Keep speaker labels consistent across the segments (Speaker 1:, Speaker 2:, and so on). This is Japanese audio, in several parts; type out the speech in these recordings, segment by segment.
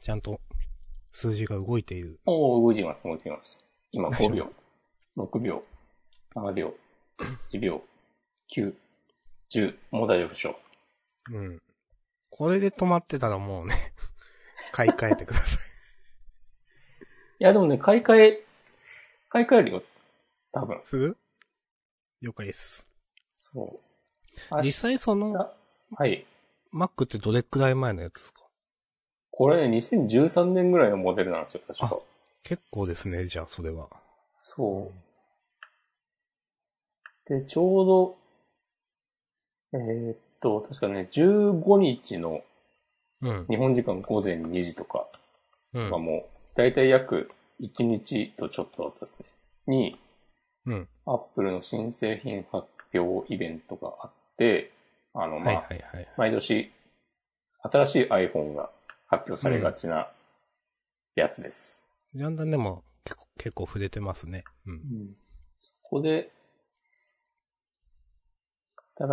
Speaker 1: ちゃんと数字が動いている。
Speaker 2: おお、動いてます、動いてます。今5秒、6秒、7秒、1秒、9、10、もう大丈夫でしょう。
Speaker 1: うん。これで止まってたらもうね、 買い替えてください。
Speaker 2: いや、でもね、買い替え、買い替えるよ。多分。
Speaker 1: する了解です。
Speaker 2: そう。明
Speaker 1: 実
Speaker 2: 日、
Speaker 1: 際その、
Speaker 2: はい。
Speaker 1: Mac ってどれくらい前のやつですか
Speaker 2: これね、2013年ぐらいのモデルなんですよ、確か。
Speaker 1: 結構ですね、じゃあそれは。
Speaker 2: そう。で、ちょうど、えーっと、確かね、15日の
Speaker 1: うん。
Speaker 2: 日本時間午前2時とか、
Speaker 1: う
Speaker 2: まあ
Speaker 1: ん。
Speaker 2: もう、だいたい約1日とちょっとだったですね。に、
Speaker 1: うん。
Speaker 2: アップルの新製品発表イベントがあって、あの、ま
Speaker 1: は
Speaker 2: あ、
Speaker 1: いはいはい。
Speaker 2: 毎年、新しい iPhone が発表されがちなやつです。
Speaker 1: ジャンダンでも結構、結構触れてますね。うん。
Speaker 2: そこで、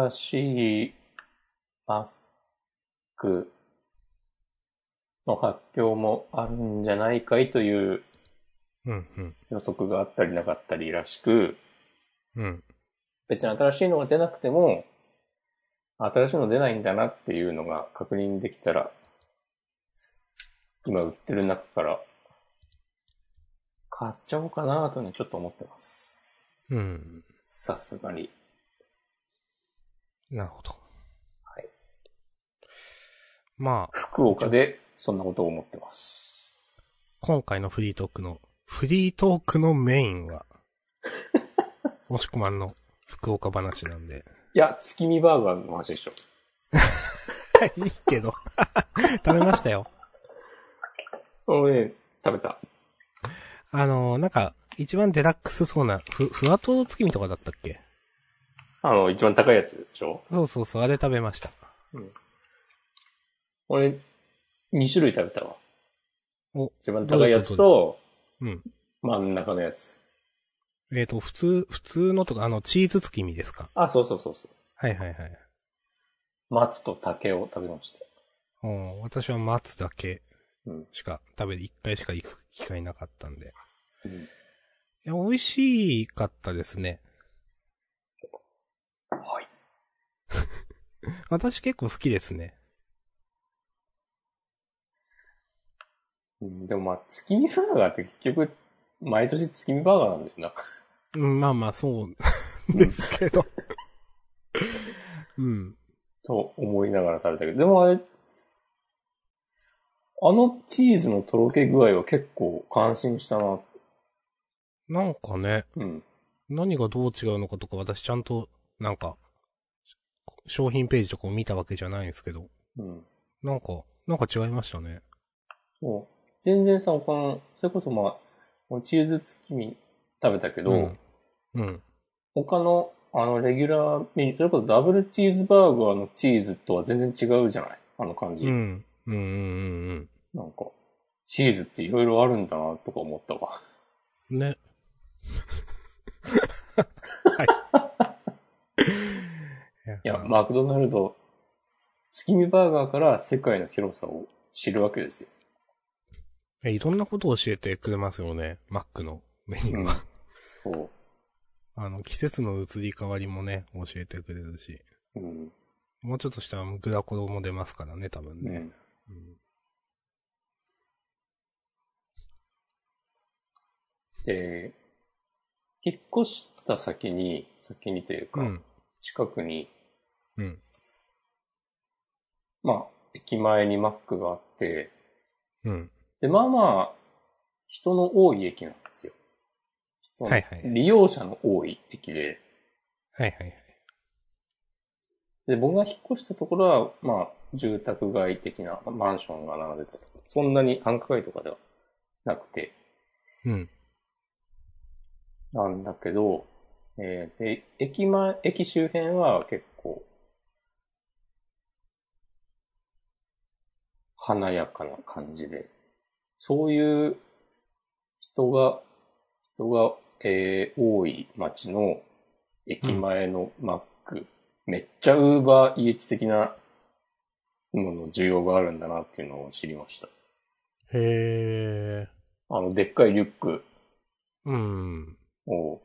Speaker 2: 新しい Mac の発表もあるんじゃないかいという
Speaker 1: うん、うん。
Speaker 2: 予測があったりなかったりらしく、
Speaker 1: うん。
Speaker 2: 別に新しいのが出なくても、新しいの出ないんだなっていうのが確認できたら、今売ってる中から、買っちゃおうかなとね、ちょっと思ってます。
Speaker 1: うん。
Speaker 2: さすがに。
Speaker 1: なるほど。
Speaker 2: はい。
Speaker 1: まあ、
Speaker 2: 福岡で、そんなことを思ってます。
Speaker 1: 今回のフリートークの、フリートークのメインは、もしくまんの福岡話なんで。
Speaker 2: いや、月見バーガーの話でしょ。
Speaker 1: いいけど。 食べましたよ。
Speaker 2: 俺ね、食べた。
Speaker 1: あのー、なんか、一番デラックスそうな、ふ、ふわとろ月見とかだったっけ
Speaker 2: あの、一番高いやつでしょ
Speaker 1: そうそうそう、あれ食べました。
Speaker 2: 俺、2種類食べたわ。
Speaker 1: お、
Speaker 2: 一番高いやつと、
Speaker 1: うん。
Speaker 2: 真ん中のやつ。
Speaker 1: えっ、と、普通、普通のとか、あの、チーズ月見ですか
Speaker 2: あ、そうそうそうそう。
Speaker 1: はいはいはい。
Speaker 2: 松と竹を食べました。
Speaker 1: おー私は松だけ
Speaker 2: うん。
Speaker 1: しか食べて、一回しか行く機会なかったんで。
Speaker 2: うん
Speaker 1: いや、美味しかったですね。
Speaker 2: はい。
Speaker 1: 私結構好きですね。
Speaker 2: うんでもまあ、月見バーガーって結局、毎年月見バーガーなんだ よ
Speaker 1: うん、まあまあ、そうですけど。うん。
Speaker 2: な、と思いながら食べたけど。でもあれ、あのチーズのとろけ具合は結構感心したな。
Speaker 1: なんかね、
Speaker 2: うん。
Speaker 1: 何がどう違うのかとか私ちゃんと、なんか、商品ページとかを見たわけじゃないんですけど、
Speaker 2: うん。
Speaker 1: なんか、なんか違いましたね。
Speaker 2: そう。全然さ、他の、それこそまあ、もうチーズ月見食べたけど、
Speaker 1: うんうん。
Speaker 2: 他の、あの、レギュラーメニュー、それこそダブルチーズバーガーのチーズとは全然違うじゃないあの感じ。
Speaker 1: うん。うんうんうん
Speaker 2: なんか、チーズっていろいろあるんだなとか思ったわ。
Speaker 1: うん。ね。 はい。
Speaker 2: いや、マクドナルド、月見バーガーから世界の広さを知るわけですよ。
Speaker 1: えいろんなことを教えてくれますよね。マックのメニュー
Speaker 2: うん
Speaker 1: は。
Speaker 2: そ
Speaker 1: あの、季節の移り変わりもね、教えてくれるし。
Speaker 2: う。うん。
Speaker 1: もうちょっとしたらグラコロも出ますからね、多分ね。
Speaker 2: ね。
Speaker 1: うん
Speaker 2: で、引っ越した先に、先にというか、
Speaker 1: うん。
Speaker 2: 近くに、
Speaker 1: うん。
Speaker 2: まあ、駅前にマックがあって、
Speaker 1: うん。
Speaker 2: で、まあまあ、人の多い駅なんですよ。人の
Speaker 1: はいはい
Speaker 2: 利用者の多い駅で、
Speaker 1: はいはいはい。
Speaker 2: で、僕が引っ越したところは、まあ、住宅街的なマンションが並んでたりとか、そんなに繁華街とかではなくて、
Speaker 1: うん。
Speaker 2: なんだけど、えーで、駅前、駅周辺は結構、華やかな感じで、そういう人が、人が、えー多い街の駅前のマック、めっちゃウーバーイーツ的なものの需要があるんだなっていうのを知りました。
Speaker 1: へへえ。
Speaker 2: あの、でっかいリュック
Speaker 1: うん。
Speaker 2: を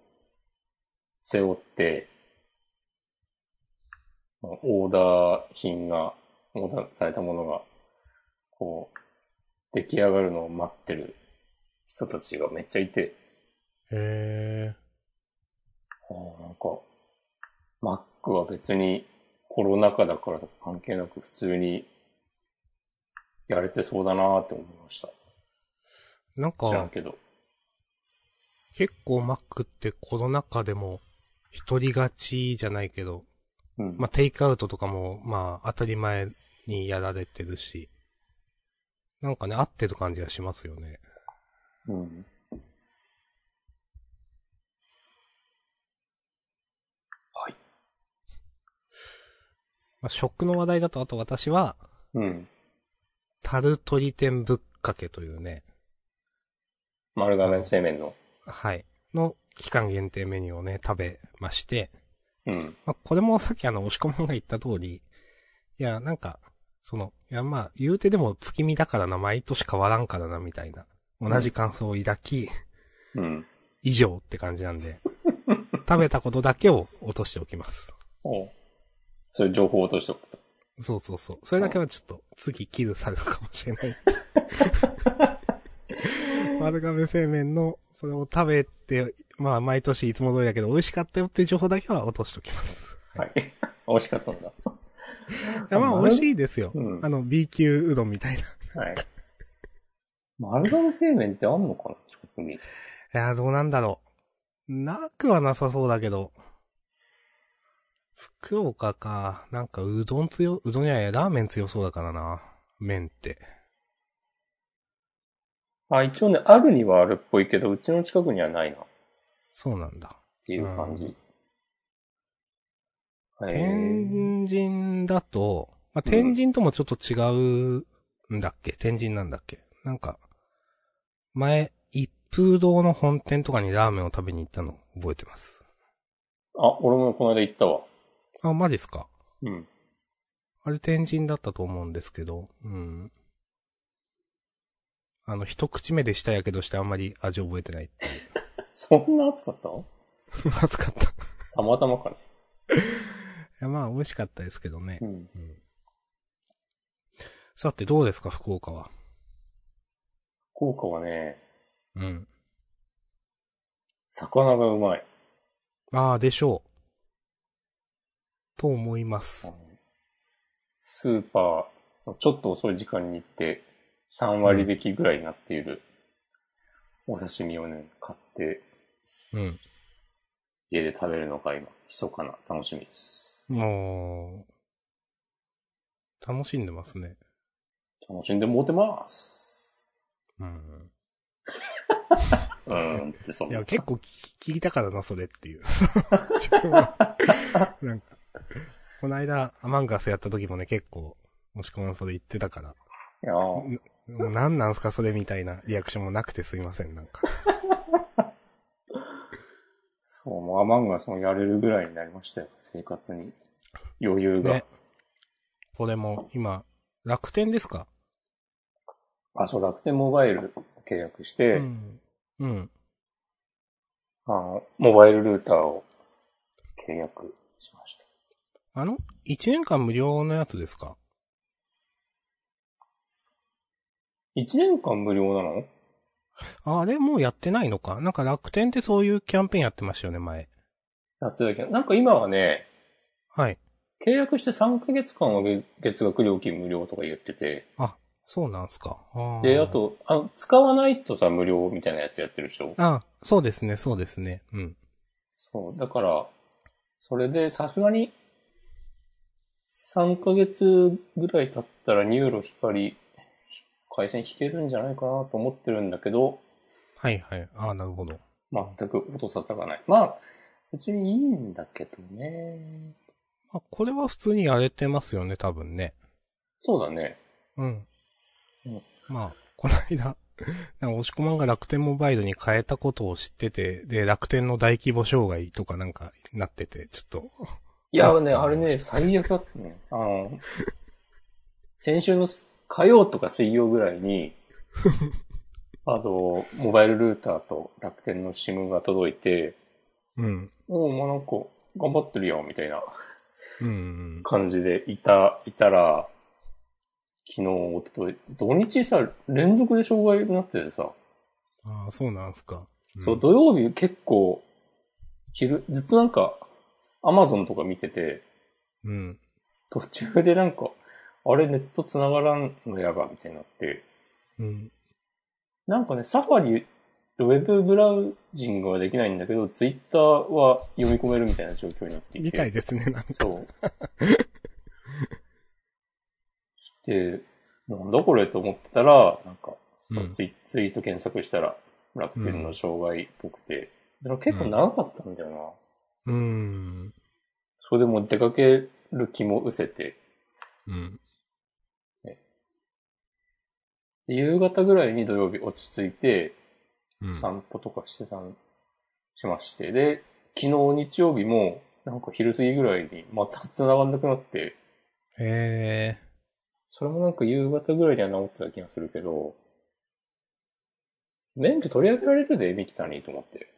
Speaker 2: 背負って、まあオーダー品が、オーダーされたものが、こう、出来上がるのを待ってる人たちがめっちゃいて、
Speaker 1: へえ。
Speaker 2: あーなんか、Mac は別にコロナ禍だからとか関係なく普通にやれてそうだなーって思いました。
Speaker 1: なん
Speaker 2: 知ら
Speaker 1: か、
Speaker 2: んけど。
Speaker 1: 結構 Mac ってコロナ禍でも、一人勝ちじゃないけど、
Speaker 2: うん。
Speaker 1: まあ、テイクアウトとかも、まあ、当たり前にやられてるし、なんかね、合ってる感じがしますよね。
Speaker 2: うん。はい。
Speaker 1: まあ、食の話題だと、あと私は、
Speaker 2: うん。
Speaker 1: タルトリテンぶっかけというね、
Speaker 2: 丸亀製麺の。
Speaker 1: はい、の期間限定メニューをね、食べまして、
Speaker 2: うん。
Speaker 1: まあ、これもさっきあの、押し込まんが言った通り、いや、なんか、その、いや、まあ、言うてでも月見だからな、毎年変わらんからな、みたいな、同じ感想を抱き、
Speaker 2: うん。
Speaker 1: 以上って感じなんで、食べたことだけを落としておきます。
Speaker 2: おうそういう情報を落としておくと。
Speaker 1: そうそうそう。それだけはちょっと、次キルされるかもしれ ない。丸亀製麺の、それを食べて、まあ、毎年いつも通りだけど、美味しかったよっていう情報だけは落としておき ます。
Speaker 2: はい。美味しかったんだ。
Speaker 1: いやまあ、
Speaker 2: 丸
Speaker 1: 美味しいですよ。
Speaker 2: うん
Speaker 1: あの、B 級うどんみたいな。い
Speaker 2: はい。丸亀製麺ってあんのかな近くに。
Speaker 1: や、どうなんだろう。なくはなさそうだけど、福岡か、なんかうどん強、うどんやラーメン強そうだからな。麺って。
Speaker 2: あ、一応ね、あるにはあるっぽいけど、うちの近くにはないな。っ
Speaker 1: そうなんだ。
Speaker 2: ていう感じ。へえ。
Speaker 1: 天神だと、まあ、
Speaker 2: うん
Speaker 1: 天神ともちょっと違うんだっけ、天神なんだっけなんか、前、一風堂の本店とかにラーメンを食べに行ったの覚えてます。
Speaker 2: あ、俺もこの間行ったわ。
Speaker 1: あ、マジっすか
Speaker 2: うん。
Speaker 1: あれ天神だったと思うんですけど、うん。あの、一口目でしたやけどしてあんまり味覚えてない って。
Speaker 2: そんな暑かったの
Speaker 1: まずかった。い
Speaker 2: たまたまかね。
Speaker 1: や、まあ、美味しかったですけどね。
Speaker 2: ん。
Speaker 1: さて、どうですか、福岡は。
Speaker 2: 福岡はね、
Speaker 1: うん。
Speaker 2: 魚がうまい。
Speaker 1: ああ、でしょう。と思います。
Speaker 2: スーパーのちょっと遅い時間に行って、3割引きぐらいになっている、お刺身をね、買って、
Speaker 1: うん。
Speaker 2: 家で食べるのが今、密かな楽しみです。
Speaker 1: もう、楽しんでますね。
Speaker 2: 楽しんでもうてます。
Speaker 1: うん。
Speaker 2: うーんって、そ
Speaker 1: い
Speaker 2: んな
Speaker 1: や、。結構聞き聞いたからな、それって いう。自分はなんか、この間、アマンガスやった時もね、結構、もしくはそれ言ってたから、
Speaker 2: いやー
Speaker 1: もう何なんすか、それみたいなリアクションもなくてすいません、なんか。
Speaker 2: そう、もうアマンガスもやれるぐらいになりましたよ。生活に。余裕が。
Speaker 1: ね。これも、今、楽天ですか
Speaker 2: あ、そう、楽天モバイル契約し
Speaker 1: う
Speaker 2: て、
Speaker 1: ん。うん。
Speaker 2: あの、モバイルルーターを契約しました。
Speaker 1: あの、1年間無料のやつですか
Speaker 2: 1年間無料なの
Speaker 1: ああれもうやってないのかなんか楽天ってそういうキャンペーンやってましたよね、前。
Speaker 2: やってたけど、なんか今はね、
Speaker 1: はい。
Speaker 2: 契約して3ヶ月間は月月額料金無料とか言ってて、
Speaker 1: そうなんすか。あー
Speaker 2: で、あ。と、あの、使わないとさ、無料みたいなやつやってるでしょ
Speaker 1: あそうですね、そうですね。うん。
Speaker 2: そう、だから、それでさすがに、3ヶ月ぐらい経ったらニューロ光、回線引けるんじゃないかなと思ってるんだけど、
Speaker 1: はいはい。ああ、なるほど。
Speaker 2: 全く音沙汰がない。まあ、別にいいんだけどね。
Speaker 1: あ、これは普通にやれてますよね、多分ね。
Speaker 2: そうだね。
Speaker 1: うん。
Speaker 2: うん
Speaker 1: まあ、この間、 なんか押し込まんが楽天モバイルに変えたことを知ってて、で、楽天の大規模障害とかなんかなってて、ちょっと、
Speaker 2: いやね、あれね、最悪だった ね。あの、先週の火曜とか水曜ぐらいに、あと、モバイルルーターと楽天の SIM が届いて、
Speaker 1: うん。
Speaker 2: おお、まあ、なんか、頑張ってるよ、みたいな
Speaker 1: うん。
Speaker 2: 感じでいた、いたら、昨日、おととい、土日さ、連続で障害になっててさ、
Speaker 1: ああ、そうなんすか。ん
Speaker 2: そう、土曜日結構、昼、ずっとなんか、アマゾンとか見てて、
Speaker 1: うん。
Speaker 2: 途中でなんか、あれネット繋がらんのやば、みたいになって、
Speaker 1: うん。
Speaker 2: なんかね、サファリ、ウェブブラウジングはできないんだけど、ツイッターは読み込めるみたいな状況になっていて。
Speaker 1: みたいですね、なんか。
Speaker 2: そう。で、なんだこれと思ってたら、なんか、
Speaker 1: うん。
Speaker 2: ツイツイート検索したら、楽天の障害っぽくて、でも結構長かったんだよな。
Speaker 1: うん。
Speaker 2: それでもう出かける気も失せて、
Speaker 1: うん。
Speaker 2: で夕方ぐらいに土曜日落ち着いて、
Speaker 1: うん。
Speaker 2: 散歩とかしてたん、しまして、で、昨日日曜日も、なんか昼過ぎぐらいにまた繋がんなくなって、
Speaker 1: へえ。
Speaker 2: それもなんか夕方ぐらいには治ってた気がするけど、免許取り上げられるで、ミキさんにと思って。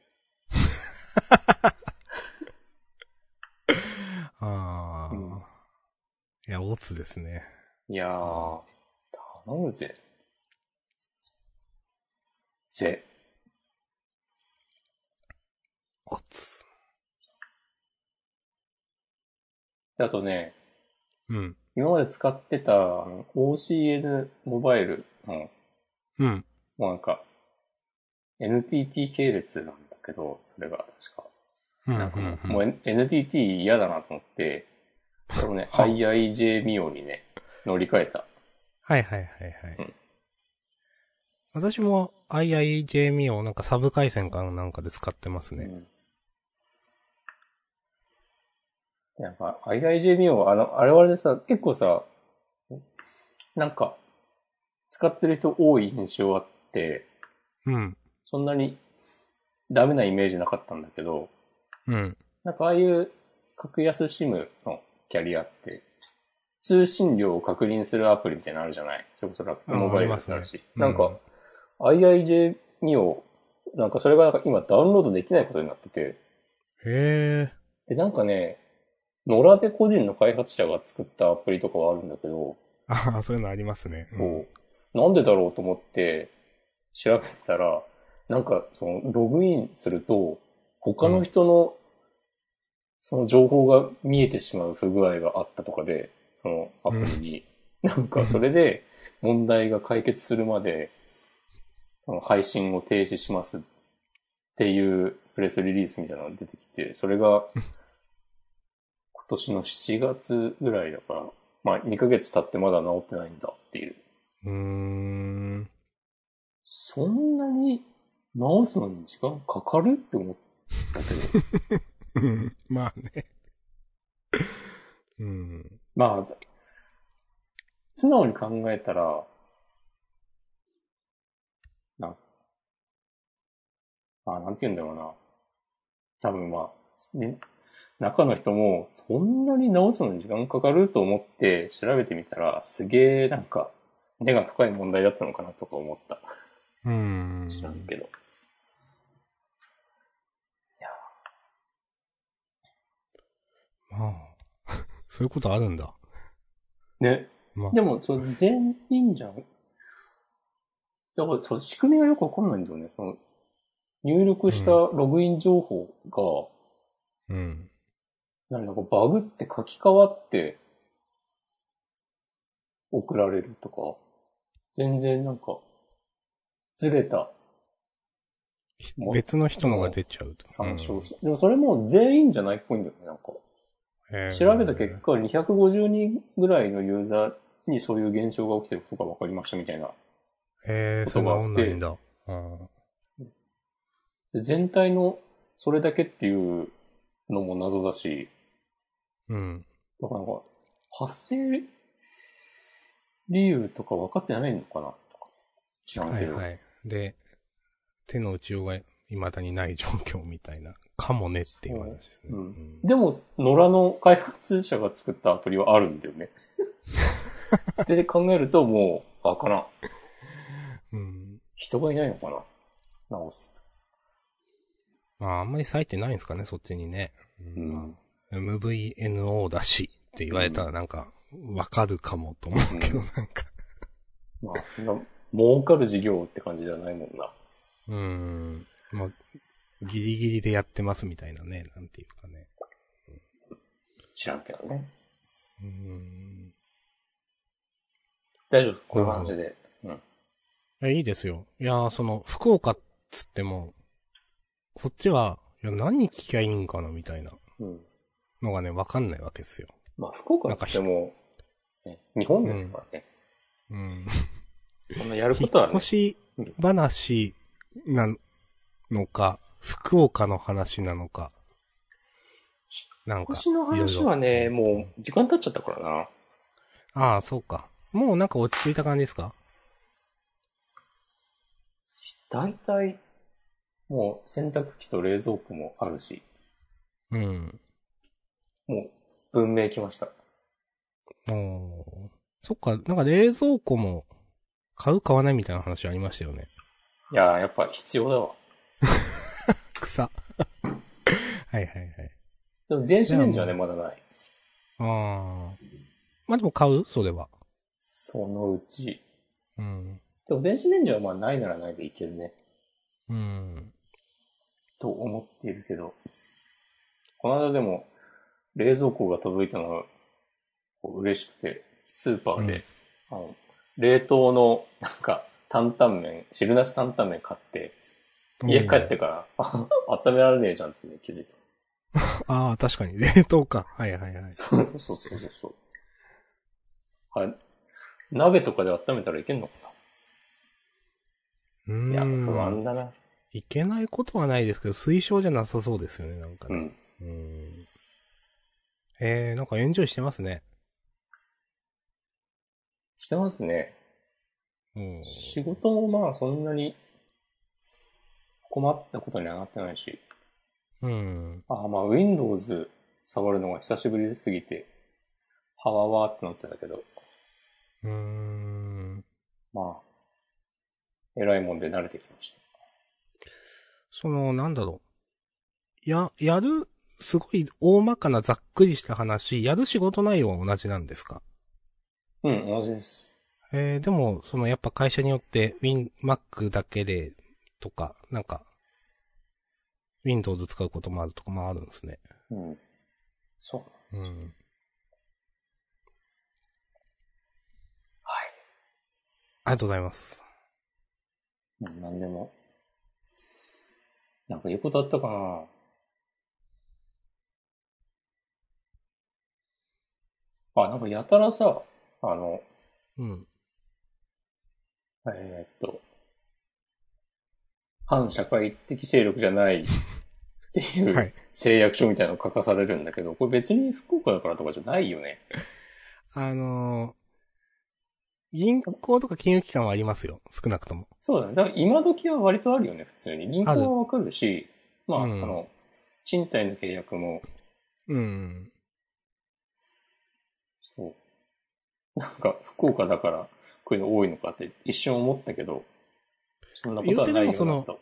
Speaker 1: ああ、
Speaker 2: うん
Speaker 1: いや、オツですね。
Speaker 2: いやー、頼むぜ。ぜ。
Speaker 1: オツ。
Speaker 2: であとね、
Speaker 1: うん。
Speaker 2: 今まで使ってたあの OCN モバイルの、
Speaker 1: うん。
Speaker 2: もうなんか、NTT 系列なんだけど、それが確か。
Speaker 1: うん。
Speaker 2: なんかもう,、
Speaker 1: うん
Speaker 2: もう N- NTT 嫌だなと思って、このね、
Speaker 1: は
Speaker 2: IIJ ミオにね、乗り換えた。
Speaker 1: はいはいはいはい。
Speaker 2: うん
Speaker 1: 私も IIJME をなんかサブ回線かなんかで使ってます
Speaker 2: う
Speaker 1: ね。
Speaker 2: んでなんか、IIJ ミオ、あの、あれはあれでさ、結構さ、なんか、使ってる人多い印象あって、
Speaker 1: うん。
Speaker 2: そんなにダメなイメージなかったんだけど、
Speaker 1: うん。
Speaker 2: なんかああいう格安 SIM のキャリアって、通信量を確認するアプリみたいなのあるじゃないそれこそ楽天モバイルだった
Speaker 1: あありま
Speaker 2: ら
Speaker 1: す
Speaker 2: し
Speaker 1: ね
Speaker 2: い。なん
Speaker 1: う
Speaker 2: か
Speaker 1: ん、
Speaker 2: IIJ ミオ、なんかそれがなんか今ダウンロードできないことになってて、
Speaker 1: へえ。
Speaker 2: で、なんかね、野良で個人の開発者が作ったアプリとかはあるんだけど、
Speaker 1: ああ、そういうのありますね。
Speaker 2: そう。なんでだろうと思って調べたら、なんかそのログインすると、他の人のその情報が見えてしまう不具合があったとかで、そのアプリに。なんかそれで問題が解決するまで、その配信を停止しますっていうプレスリリースみたいなのが出てきて、それが今年の7月ぐらいだから、まあ2ヶ月経ってまだ治ってないんだっていう。
Speaker 1: う。うーん。
Speaker 2: そんなに直すのに時間かかるって思ったけど。
Speaker 1: うんまあね。うん。
Speaker 2: まあ、素直に考えたら、な、まあ、なんて言うんだろうな。多分まあ、ね、中の人も、そんなに直すのに時間かかると思って調べてみたら、すげえなんか、根が深い問題だったのかなとか思った。
Speaker 1: うん。
Speaker 2: 知らんけど。いや
Speaker 1: まあ。そういうことあるんだ。
Speaker 2: ね。
Speaker 1: まあ。
Speaker 2: でも、それ全員じゃん。だから、その仕組みがよくわかんないんだよね。その入力したログイン情報
Speaker 1: うん。
Speaker 2: が、なんかバグって書き換わって送られるとか、全然なんか、ずれた
Speaker 1: ひ
Speaker 2: もう
Speaker 1: 別の人のが出ちゃうと。
Speaker 2: 参照し、でもそれも全員じゃないっぽいんだよね、なんか。
Speaker 1: うん
Speaker 2: 調べた結果、250人ぐらいのユーザーにそういう現象が起きてることが分かりましたみたいな。
Speaker 1: へえ、それがんないんだ。うん。
Speaker 2: で全体のそれだけっていうのも謎だし、
Speaker 1: うん。
Speaker 2: だからなんか、発生理由とか分かってないのかなとか。知らん
Speaker 1: は
Speaker 2: け
Speaker 1: い
Speaker 2: ど。
Speaker 1: はい。で、手の打ちようが未だにない状況みたいな、 かもねっていう話ですね。
Speaker 2: うん
Speaker 1: うん
Speaker 2: でも、野良の開発者が作ったアプリはある んだよね。で、考えるともう、あかな。
Speaker 1: うん。
Speaker 2: 人がいないのかな直す。
Speaker 1: まあ、あんまり割いてないんですかね、そっちにね。
Speaker 2: うん
Speaker 1: まあ MVNO だしって言われたらなんか、わかるかもと思うけど、なんか。
Speaker 2: まあ、そんな、儲かる事業って感じではないもんな。
Speaker 1: うーん。まあ、ギリギリでやってますみたいなね、なんていうかね。
Speaker 2: 知らんけどね。
Speaker 1: うーん。
Speaker 2: 大丈夫こういう感じで。うん。
Speaker 1: いや、いいですよ。いやー、その、福岡っつっても、こっちは、いや、何聞きゃいいんかな、みたいな
Speaker 2: うん。
Speaker 1: のがね、わかんないわけですよ。
Speaker 2: まあ、福岡っつっても、ね日本ですからね。
Speaker 1: うん。
Speaker 2: こんなやる
Speaker 1: 引
Speaker 2: ことは
Speaker 1: っ
Speaker 2: ね
Speaker 1: 越。し話なのか、福岡の話なのか、なんか、
Speaker 2: 引っ越しの話はい
Speaker 1: ろ
Speaker 2: ね、
Speaker 1: いろ
Speaker 2: もう時間経っちゃったからな。
Speaker 1: ああ、そうか。もうなんか落ち着いた感じですか
Speaker 2: 大体、もう洗濯機と冷蔵庫もあるし、
Speaker 1: うん。
Speaker 2: もう文明来ました。
Speaker 1: おーそっか、なんか冷蔵庫も、買う買わないみたいな話ありましたよね。
Speaker 2: いやー、やっぱ必要だわ。
Speaker 1: 草。はいはいはい。
Speaker 2: でも電子レンジはね、まだない。
Speaker 1: ああ。まあでも買うそれは。
Speaker 2: そのうち。
Speaker 1: うん。
Speaker 2: でも電子レンジはまあないならないでいけるね。
Speaker 1: うん。
Speaker 2: と思っているけど。この間でも、冷蔵庫が届いたのが、こう嬉しくて、スーパーで、あの、冷凍の、なんか、担々麺、汁なし担々麺買って、家帰ってから、 あ温められねえじゃんってね、気づいた。
Speaker 1: ああ、確かに。 冷凍か。はいはいはい。
Speaker 2: そうそうそうそうそう。あ、鍋とかで温めたらいけんのか
Speaker 1: う
Speaker 2: な
Speaker 1: ー
Speaker 2: いや、不安
Speaker 1: ん。
Speaker 2: だな。
Speaker 1: いけないことはないですけど、推奨じゃなさそうですよね、なんか
Speaker 2: う
Speaker 1: ね。
Speaker 2: ん。
Speaker 1: うん。えー、なんかエンジョイしてますね。
Speaker 2: してますね。
Speaker 1: うん。
Speaker 2: 仕事もまあそんなに困ったことにはなってないし。
Speaker 1: うん。
Speaker 2: あ、まあ Windows 触るのが久しぶりすぎて、はわわーってなってたけど、
Speaker 1: うーん。
Speaker 2: まあ、偉いもんで慣れてきまし
Speaker 1: その、なんだろう。や、やる、すごい大まかなざっくりした話、やる仕事内容は同じなんですか
Speaker 2: た。うん、同じです。
Speaker 1: えー、でも、そのやっぱ会社によって Win、Mac だけでとか、なんか、Windows 使うこともあるとかもあるんですね。
Speaker 2: うん。そう。
Speaker 1: うん。
Speaker 2: はい。
Speaker 1: ありがとうございます。
Speaker 2: うんなんでも。なんか言うことあったかなあ、なんかやたらさ、あの、
Speaker 1: うん。
Speaker 2: えーっと、反社会的勢力じゃないってい
Speaker 1: は
Speaker 2: う
Speaker 1: い
Speaker 2: 誓約書みたいなの書かされるんだけど、これ別に福岡だからとかじゃないよね。
Speaker 1: あのー銀行とか金融機関はありますよ。少なくとも。
Speaker 2: そうだね。だから今時は割とあるよね、普通に。銀行
Speaker 1: ある
Speaker 2: はわかるし、まあ、
Speaker 1: うん
Speaker 2: あの、賃貸の契約も
Speaker 1: うん。
Speaker 2: そう。なんか、福岡だから、こういうの多いのかって一瞬思ったけど、そんなことはない
Speaker 1: 言
Speaker 2: よ
Speaker 1: うてで
Speaker 2: な
Speaker 1: も
Speaker 2: と。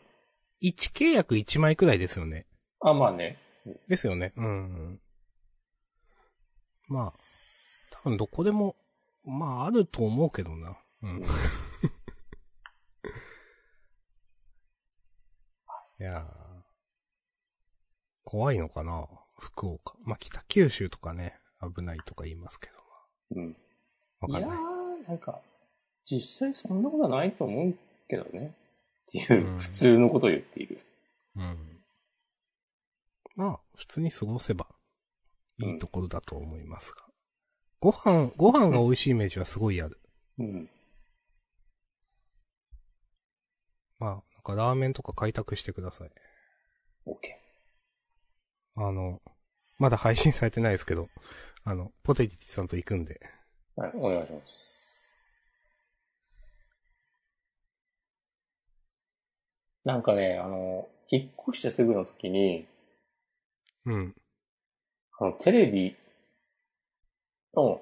Speaker 1: 1契約1枚くらいですよね。
Speaker 2: あ、まあね。
Speaker 1: ですよね。うん。まあ、多分どこでも、まああると思うけどな。うん。 いやー怖いのかな福岡。まあ北九州とかね、危ないとか言いますけど。
Speaker 2: うん。
Speaker 1: わ
Speaker 2: い
Speaker 1: か
Speaker 2: や
Speaker 1: んない。
Speaker 2: ー、なんか、実際そんなことはないと思うけどね。っていう
Speaker 1: う、ん
Speaker 2: 普通のことを言っている。
Speaker 1: うん。まあ、普通に過ごせば、いいところだと思いますが。ご飯、ご飯が美味しいイメージはすごいある。
Speaker 2: うん。
Speaker 1: まあ、なんかラーメンとか開拓してください。
Speaker 2: OK。
Speaker 1: あの、まだ配信されてないですけど、あの、ポテティさんと行くんで。
Speaker 2: はい、お願いします。なんかね、あの、引っ越してすぐの時に、
Speaker 1: うん。
Speaker 2: あの、テレビの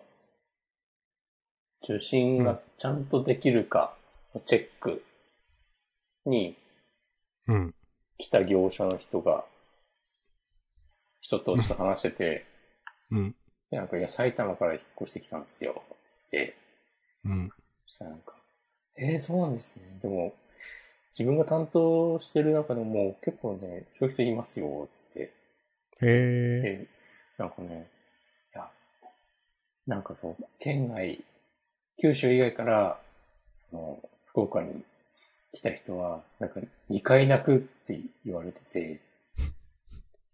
Speaker 2: 受信がちゃんとできるかのチェックに
Speaker 1: うん。
Speaker 2: 来た業者の人が、人とちょっと話してて、
Speaker 1: うん。
Speaker 2: でなんか、いや、埼玉から引っ越してきたんですよ、つって、
Speaker 1: うん。
Speaker 2: そしたらなんか、えー、そうなんですね。でも、自分が担当してる中でも結構ね、そういう人いますよ、つって。
Speaker 1: へえ。
Speaker 2: で、なんかね、いや、なんかそう、県外、九州以外から、その、福岡に来た人は、なんか、二回泣くって言われてて、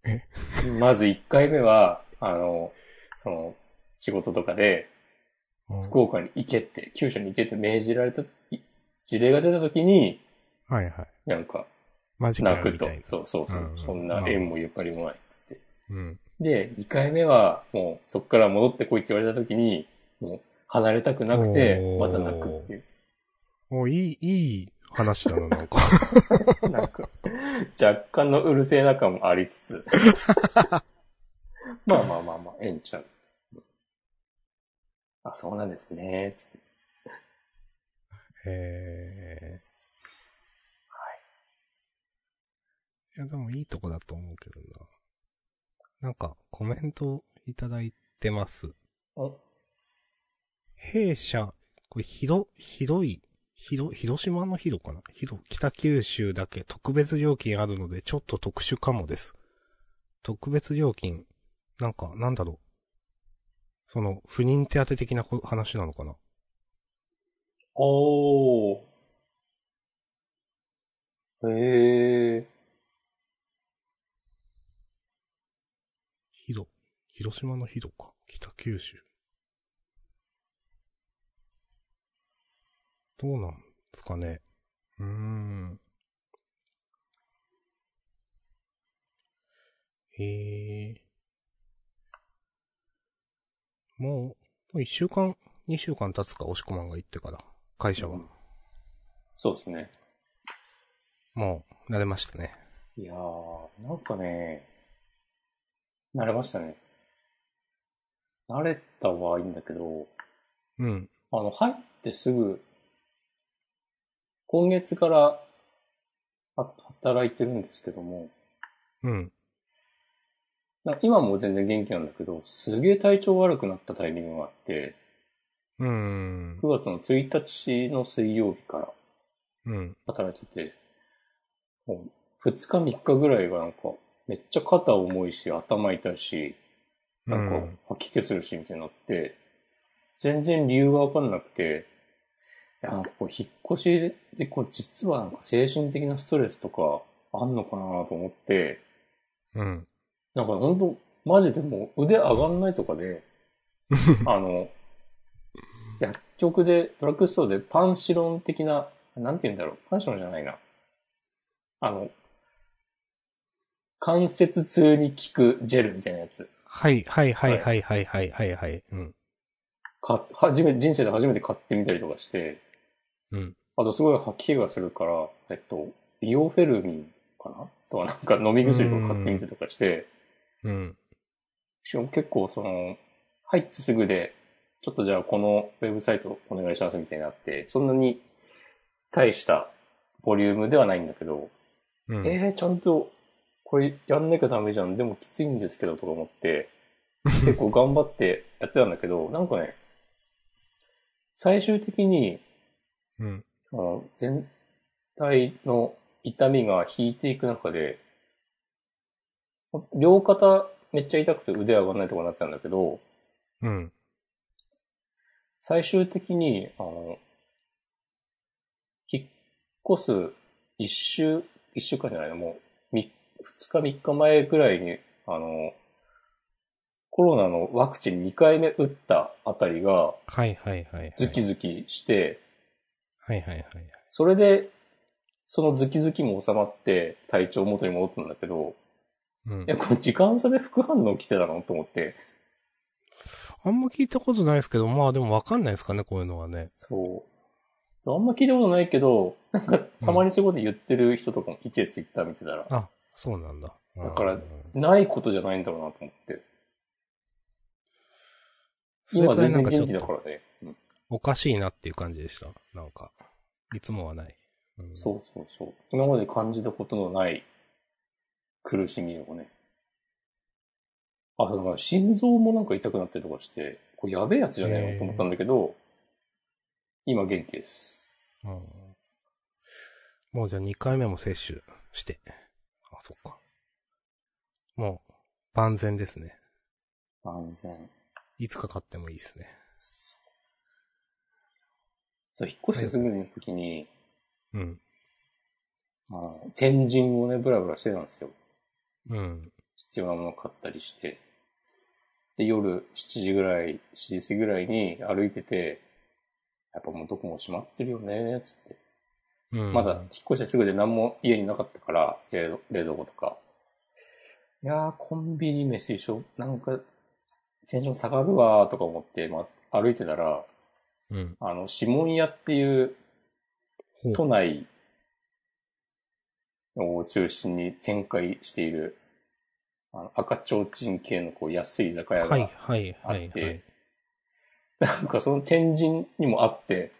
Speaker 1: え
Speaker 2: まず一回目は、あの、その、仕事とかで、
Speaker 1: うん
Speaker 2: 福岡に行けって、九州に行けって命じられた、い事例が出た時に、
Speaker 1: はいはい。
Speaker 2: なんか、
Speaker 1: マジ
Speaker 2: 泣
Speaker 1: ック
Speaker 2: く
Speaker 1: み
Speaker 2: と
Speaker 1: たい。な。
Speaker 2: そうそうそう。
Speaker 1: うん
Speaker 2: そんな縁もゆかりもないっつって。
Speaker 1: うん。
Speaker 2: で、2回目は、もう、そこから戻ってこいって言われた時に、もう、離れたくなくて
Speaker 1: お、ー
Speaker 2: また泣くっていう。
Speaker 1: お、いい、いい話だな、なん か。
Speaker 2: なんか、若干のうるせえな感もありつ つ。まあまあまあまあ、ええんちゃう。あ、そうなんですね、つって。
Speaker 1: へえ。いや、でもいいとこだと思うけどな。なんか、コメントいただいてます。
Speaker 2: お
Speaker 1: 弊社、これ、ひど、ひどい、ひど、広島の広かな広、北九州だけ特別料金あるので、ちょっと特殊かもです。特別料金、なんか、なんだろう。その、不妊手当的なこ話なのかな
Speaker 2: おー。へえ。
Speaker 1: 広、広島の広か。北九州。どうなんですかね。うーん。へえ。もう、もう一週間、二週間経つか、押し込まんが行ってから、会社は。
Speaker 2: そうですね。
Speaker 1: もう、慣れましたね。
Speaker 2: いやー、なんかね、慣れましたね。慣れたはいいんだけど、
Speaker 1: うん。
Speaker 2: あの、入ってすぐ、今月からは働いてるんですけども、
Speaker 1: うん。
Speaker 2: な今も全然元気なんだけど、すげえ体調悪くなったタイミングがあって、
Speaker 1: うーん。
Speaker 2: 9月の1日の水曜日から
Speaker 1: うん。
Speaker 2: 働いてて、もう2日3日ぐらいがなんか、めっちゃ肩重いし、頭痛いし、なん
Speaker 1: う
Speaker 2: か
Speaker 1: ん、
Speaker 2: 吐き気するし、みたいになって、全然理由がわかんなくて、いや、なんかこう、引っ越しで、こう、実はなんか精神的なストレスとか、あんのかなと思って、
Speaker 1: うん。
Speaker 2: なんか本当マジでもう腕上がんないとか で、あの、薬局で、ドラッグストアでパンシロン的な、なんて言うんだろう、パンシロンじゃないな。あの、関節痛に効くジェルみたいなやつ。
Speaker 1: はい、はい、はい、はい、はい、はい、はい、はい。うん。
Speaker 2: か、はじめ、人生で初めて買ってみたりとかして、
Speaker 1: うん。
Speaker 2: あとすごい吐き気がするから、えっと、ビオフェルミンかなとかなんか飲み薬とか買ってみたりとかして、
Speaker 1: うん。
Speaker 2: しかも結構その、入ってすぐで、ちょっとじゃあこのウェブサイトお願いしますみたいになって、そんなに大したボリュームではないんだけど、
Speaker 1: うん。
Speaker 2: えー、ちゃんとこれやんなきゃダメじゃん、でもきついんですけどとか思って、結構頑張ってやってたんだけど、 なんかね、最終的に
Speaker 1: うん。
Speaker 2: あの全体の痛みが引いていく中で、両肩めっちゃ痛くて腕上がらないとかなってたんだけど、
Speaker 1: うん。
Speaker 2: 最終的に、あの、引っ越す一週、一週間じゃないの、もう、み二日三日前ぐらいに、あの、コロナのワクチン2回目打ったあたりが
Speaker 1: はいはいはいはい。
Speaker 2: ズキズキして、
Speaker 1: はいはいはい。
Speaker 2: それで、そのズキズキも収まって体調元に戻ったんだけど、
Speaker 1: うん
Speaker 2: いや、。これ時間差で副反応来てたのと思って。
Speaker 1: あんま聞いたことないですけど、まあでもわかんないですかね、こういうのはね。
Speaker 2: そう。あんま聞いたことないけど、なんかたまにそういうこと言ってる人とかもいちツイッター見てたら、
Speaker 1: あ、そうなんだ。
Speaker 2: だから
Speaker 1: うん
Speaker 2: ないことじゃないんだろうなと思って。
Speaker 1: それ
Speaker 2: 今
Speaker 1: くらい
Speaker 2: 全
Speaker 1: な
Speaker 2: 然
Speaker 1: んかちょ
Speaker 2: 元
Speaker 1: っ
Speaker 2: 気だか
Speaker 1: と
Speaker 2: らね。うん
Speaker 1: おかしいなっていう感じでした。なんか、いつもはない。うん
Speaker 2: そうそうそう。今まで感じたことのない苦しみをね。あ、そうだから心臓もなんか痛くなったりとかして、これやべえやつじゃねえのと思ったんだけど、今元気です。
Speaker 1: うんもうじゃあ2回目も接種して。あ、そっか。もう、万全ですね。
Speaker 2: 安全。
Speaker 1: いつか買ってもいいですね。
Speaker 2: そう、引っ越してすぐの時に、
Speaker 1: うん。
Speaker 2: まあ、天神をね、ブラブラしてたんですよ。
Speaker 1: うん。
Speaker 2: 必要なものを買ったりして。で、夜7時ぐらい、7時過ぎぐらいに歩いてて、やっぱもうどこも閉まってるよね、つって。
Speaker 1: うん。
Speaker 2: まだ引っ越してすぐで何も家になかったから、冷蔵冷蔵庫とか。いやー、コンビニ飯でしょなんか、テンション下がるわーとか思って、まあ、歩いてたら、
Speaker 1: うん。
Speaker 2: あの、指紋屋っていう
Speaker 1: ほ
Speaker 2: 都
Speaker 1: う。
Speaker 2: 内を中心に展開している、あの赤ちょうちん系のこう安い居酒屋が、
Speaker 1: はい、はい、はい、
Speaker 2: あっ
Speaker 1: は
Speaker 2: て
Speaker 1: い。
Speaker 2: なんかその天神にもあって、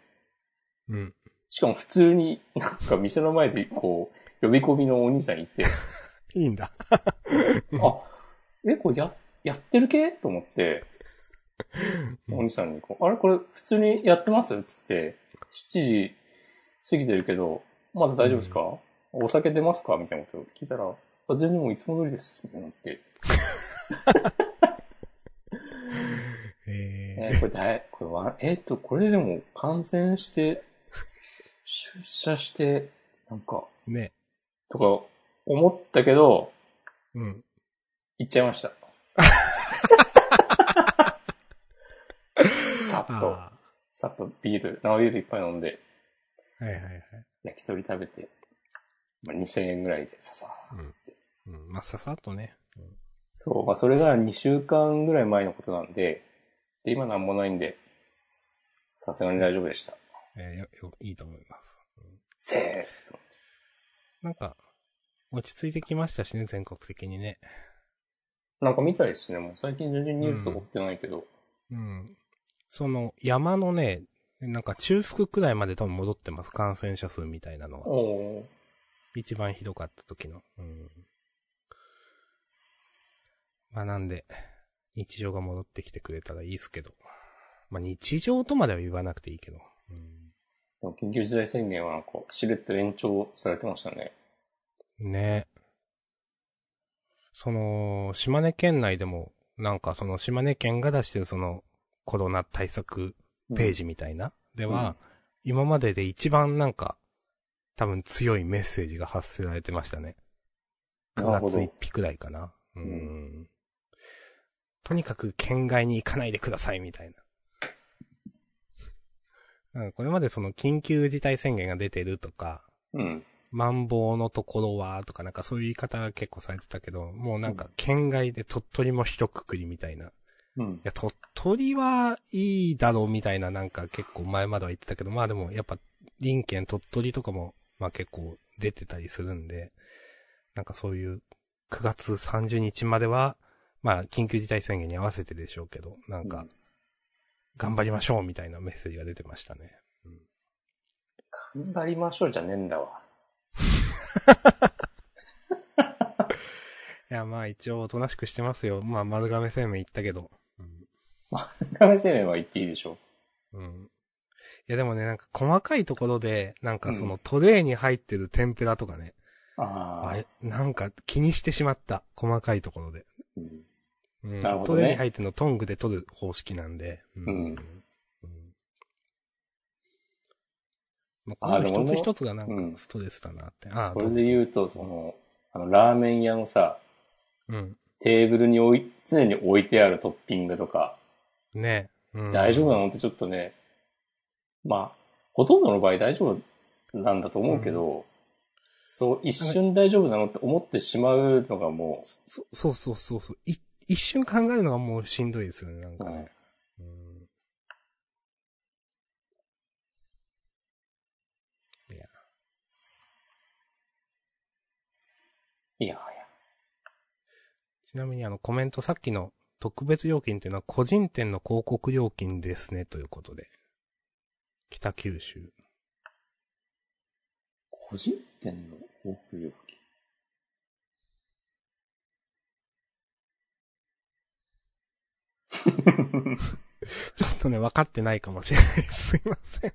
Speaker 1: うん。
Speaker 2: しかも普通になんか店の前でこう、呼び込みのお兄さんいて、
Speaker 1: いいんだ。
Speaker 2: あ、え、これや、やってる系と思って、
Speaker 1: うん
Speaker 2: お兄さんにこう、あれこれ普通にやってますつって、7時過ぎてるけど、まだ大丈夫ですか、お酒出ますかみたいなことを聞いたら、あ全然もういつも通りです。みたいになって、
Speaker 1: え
Speaker 2: えーこれ大、これわ、えーっと、これでも感染して、出社して、なんか、
Speaker 1: ー、ね。
Speaker 2: とか思ったけど、
Speaker 1: うん。
Speaker 2: 行っちゃい ました。さっと。
Speaker 1: あ
Speaker 2: さっとビール、生ビールいっぱい飲んで、
Speaker 1: あ。はいはいはい。
Speaker 2: 焼き鳥食べて、まあ、2000円ぐらいでささーっつって。
Speaker 1: うん。まあ、ささっとね。
Speaker 2: そう、まあそれが2週間ぐらい前のことなんで、で、今なんもないんで、さすがに大丈夫でした。
Speaker 1: えーよ、よ、いいと思います。
Speaker 2: せーっと。
Speaker 1: なんか、落ち着いてきましたしね、全国的にね。
Speaker 2: なんか見たいですね。もう最近全然ニュース追ってないけど。
Speaker 1: うん。その、山のね、なんか中腹くらいまで多分戻ってます、感染者数みたいなのは。
Speaker 2: おー
Speaker 1: 一番ひどかった時の。うん。まあなんで、日常が戻ってきてくれたらいいですけど。まあ日常とまでは言わなくていいけど。
Speaker 2: でも緊急事態宣言はなんか、しれっと延長されてましたね。
Speaker 1: うん、ねその、島根県内でも、なんかその島根県が出してるそのコロナ対策ページみたいな、では、
Speaker 2: うん
Speaker 1: 今までで一番なんか、多分強いメッセージが発せられてましたね。
Speaker 2: なる
Speaker 1: 9
Speaker 2: ほ
Speaker 1: 月
Speaker 2: ど
Speaker 1: 1日くらいかな。うん
Speaker 2: う
Speaker 1: とにかく県外に行かないでくださいみたいな。なんかこれまでその緊急事態宣言が出てるとか、
Speaker 2: うん。
Speaker 1: マンボウのところはとかなんかそういう言い方が結構されてたけど、もうなんか県外で鳥取も一括りみたいな。
Speaker 2: うん
Speaker 1: い。や、鳥取はいいだろうみたいななんか結構前までは言ってたけど、まあでもやっぱ林県鳥取とかも、まあ結構出てたりするんで、なんかそういう9月30日までは、まあ緊急事態宣言に合わせてでしょうけど、なん
Speaker 2: う
Speaker 1: か
Speaker 2: ん
Speaker 1: 頑張りましょうみたいなメッセージが出てましたね。
Speaker 2: 頑張りましょうじゃねえんだわ。
Speaker 1: いや、まあ一応おとなしくしてますよ。まあ丸亀製麺行ったけど。
Speaker 2: 亀製麺は言っていいでしょ。
Speaker 1: うん。いやでもね、なんか細かいところで、なんかそのトレイに入ってる天ぷらとかね、
Speaker 2: あ
Speaker 1: あ
Speaker 2: あ。
Speaker 1: れ、なんか気にしてしまった。細かいところで。
Speaker 2: うん
Speaker 1: うん、
Speaker 2: なるほどね
Speaker 1: トレイに入ってるのトングで取る方式なんで。う
Speaker 2: うん
Speaker 1: うんまあ、
Speaker 2: あ
Speaker 1: この
Speaker 2: で
Speaker 1: 一つ
Speaker 2: もね
Speaker 1: 一つがな
Speaker 2: うんん
Speaker 1: かストレスだなって。ああ、
Speaker 2: それで言うと、その、あの、ラーメン屋のさ、
Speaker 1: どうぞ。
Speaker 2: テーブルに置い、常に置いてあるトッピングとか、
Speaker 1: うん。ねえ。うん
Speaker 2: 大丈夫なのってちょっとね、まあ、ほとんどの場合大丈夫なんだと思うけど、そう、一瞬大丈夫なのって思ってしまうのがもう、
Speaker 1: そそうそうそうそう。い一瞬考えるのがもうしんどいですよね、なんかね。うん、いや、
Speaker 2: いやいや、
Speaker 1: ちなみにあのコメント、さっきの特別料金っていうのは個人店の広告料金ですね、ということで。北九州。
Speaker 2: 個人店の航空料金。
Speaker 1: ちょっとね、分かってないかもしれない。すいません。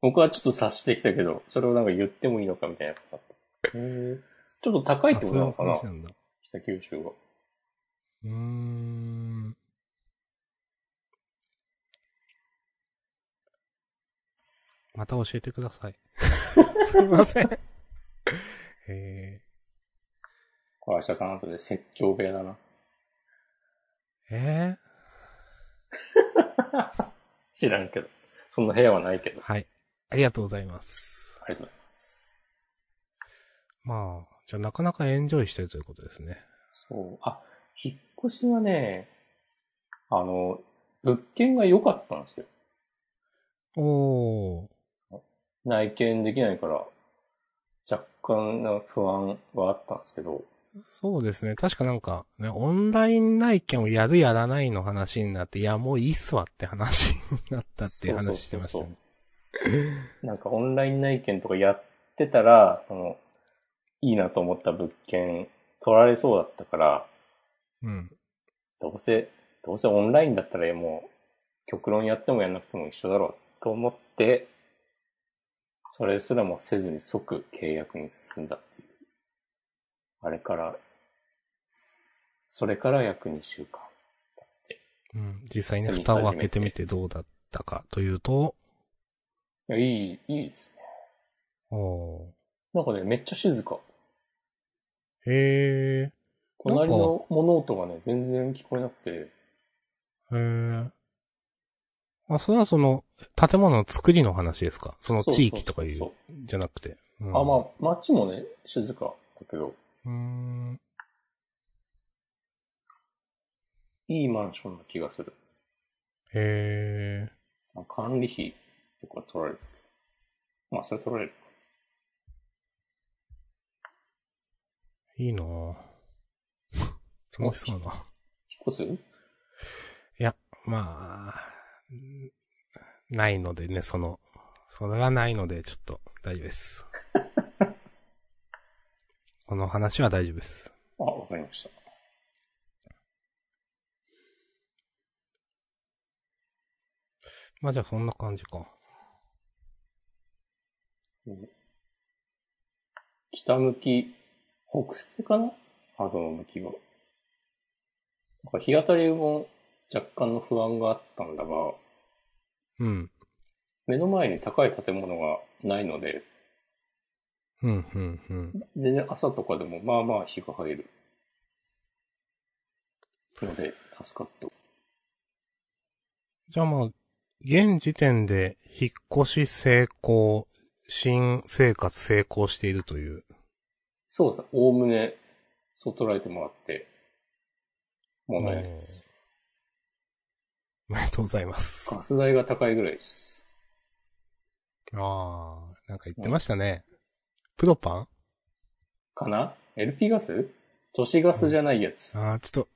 Speaker 2: 僕はちょっと察してきたけど、それをなんか言ってもいいのかみたいなことだった。ちょっと高いってことなのかな
Speaker 1: あそういう話なんだ。
Speaker 2: 北九州は。
Speaker 1: うーん。また教えてください。すいません。え
Speaker 2: これ明日さん後で説教部屋だな。
Speaker 1: ー、え
Speaker 2: 知らんけど。そんな部屋はないけど。
Speaker 1: ー、はい。ありがとうございます。
Speaker 2: ありがとうござい
Speaker 1: まあ、じゃあなかなかエンジョイしてるということですね。
Speaker 2: ます。そう。あ、引っ越しはね、あの、物件が良かったんですよ。
Speaker 1: おー。
Speaker 2: 内見できないから、若干な不安はあったんですけど、
Speaker 1: そうですね。確かなんか、ね、オンライン内見をやるやらないの話になって、いや、もういいっすわって話になったっていう話してましたね。
Speaker 2: なんかオンライン内見とかやってたら、その、いいなと思った物件取られそうだったから、
Speaker 1: うん。
Speaker 2: どうせ、どうせオンラインだったらもう、極論やってもやんなくても一緒だろうと思って、それすらもせずに即契約に進んだっていう。あれから、それから約2週間経って。
Speaker 1: うん。実際に蓋を開けてみてどうだったかというと、
Speaker 2: いや、いい、いいですね。
Speaker 1: おー。
Speaker 2: なんかね、めっちゃ静か。
Speaker 1: へえ。
Speaker 2: 隣の物音がね、全然聞こえなくて、
Speaker 1: へえ。あ、それはその、建物の作りの話ですかその
Speaker 2: そう
Speaker 1: 地域とかい
Speaker 2: そうう、
Speaker 1: じゃなくて。あ、
Speaker 2: あ、まあ、街もね、静かだけど、
Speaker 1: うーん。
Speaker 2: いいマンションな気がする。
Speaker 1: へえ。
Speaker 2: まあ、管理費とか取られる。まあ、それ取られるか。
Speaker 1: いいなぁ。 楽しそうだな。
Speaker 2: 引っ越す
Speaker 1: まあ、うんないのでね、その、それがないので、ちょっと大丈夫です。この話は大丈夫です。
Speaker 2: あ、わかりました。
Speaker 1: まあじゃあそんな感じか。
Speaker 2: 北向き、北西かな波動向きは。なんか日当たりも若干の不安があったんだが、
Speaker 1: うん。
Speaker 2: 目の前に高い建物がないので、
Speaker 1: うん、うん、うん。
Speaker 2: 全然朝とかでもまあまあ日が入る。ので、助かった。
Speaker 1: じゃあまあ、現時点で引っ越し成功、新生活成功しているという。
Speaker 2: そうですね。おおむね、そう捉えてもらって、問題ないです。
Speaker 1: おめでとうございます。あ
Speaker 2: ガス代が高いぐらいです。
Speaker 1: あー、なんか言ってましたね。プロパン
Speaker 2: かな ?LP ガス都市ガスじゃないやつ。
Speaker 1: ああ、ちょっと、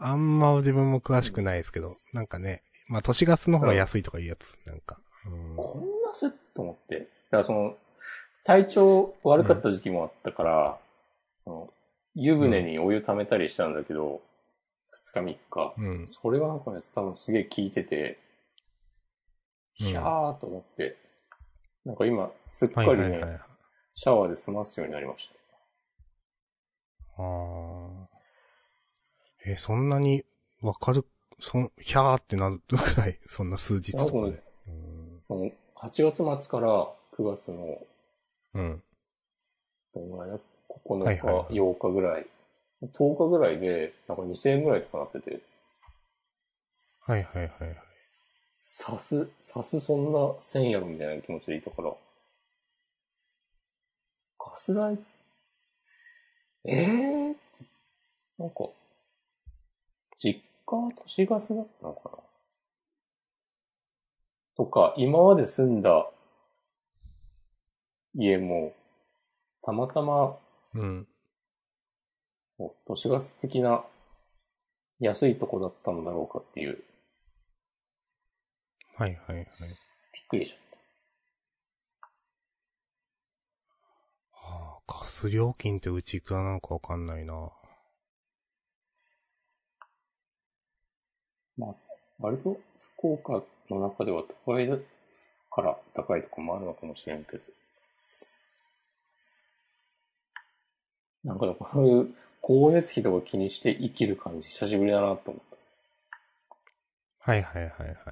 Speaker 1: あんま自分も詳しくないですけど、なんかね、まあ都市ガスの方が安いとかいうやつ、なんか。うん
Speaker 2: こんなすっと思って。だからその、体調悪かった時期もあったから、その湯船にお湯溜めたりしたんだけど、2日3日。
Speaker 1: うん。
Speaker 2: それがなんかね、多分すげえ効いてて、
Speaker 1: うん
Speaker 2: ひゃーと思って、なんか今、すっか
Speaker 1: はい
Speaker 2: りね、
Speaker 1: はいはい。あ
Speaker 2: シャワーで済ますようになりました。
Speaker 1: あ。えーそんなにわかる、そん、ひゃーってなるぐらい、 そんな数日とか
Speaker 2: なんか
Speaker 1: で。うん
Speaker 2: その、8月末から9月の、
Speaker 1: うん。
Speaker 2: どんぐらいだ ?9 日、
Speaker 1: はいはいはい
Speaker 2: 8日ぐらい。10日ぐらいで、なんか2000円ぐらいとかなってて、
Speaker 1: はいはいはいはい。
Speaker 2: さす、さすそんな1000円やろみたいな気持ちでいたから。ガス代ええー、って。なんか、実家は都市ガスだったのかなとか、今まで住んだ家も、たまたま
Speaker 1: うん。
Speaker 2: こう都市ガス的な安いとこだったんだろうかっていう、び
Speaker 1: はいはいはい。
Speaker 2: っくりしちゃった。
Speaker 1: ス料金ってうちいくらなのかわかんないな。
Speaker 2: まあ、割と福岡の中では都会だから高いとこもあるのかもしれんけど。なんかでもこういう光熱費とか気にして生きる感じ久しぶりだなと思っ
Speaker 1: はいはいはいはい。
Speaker 2: た。し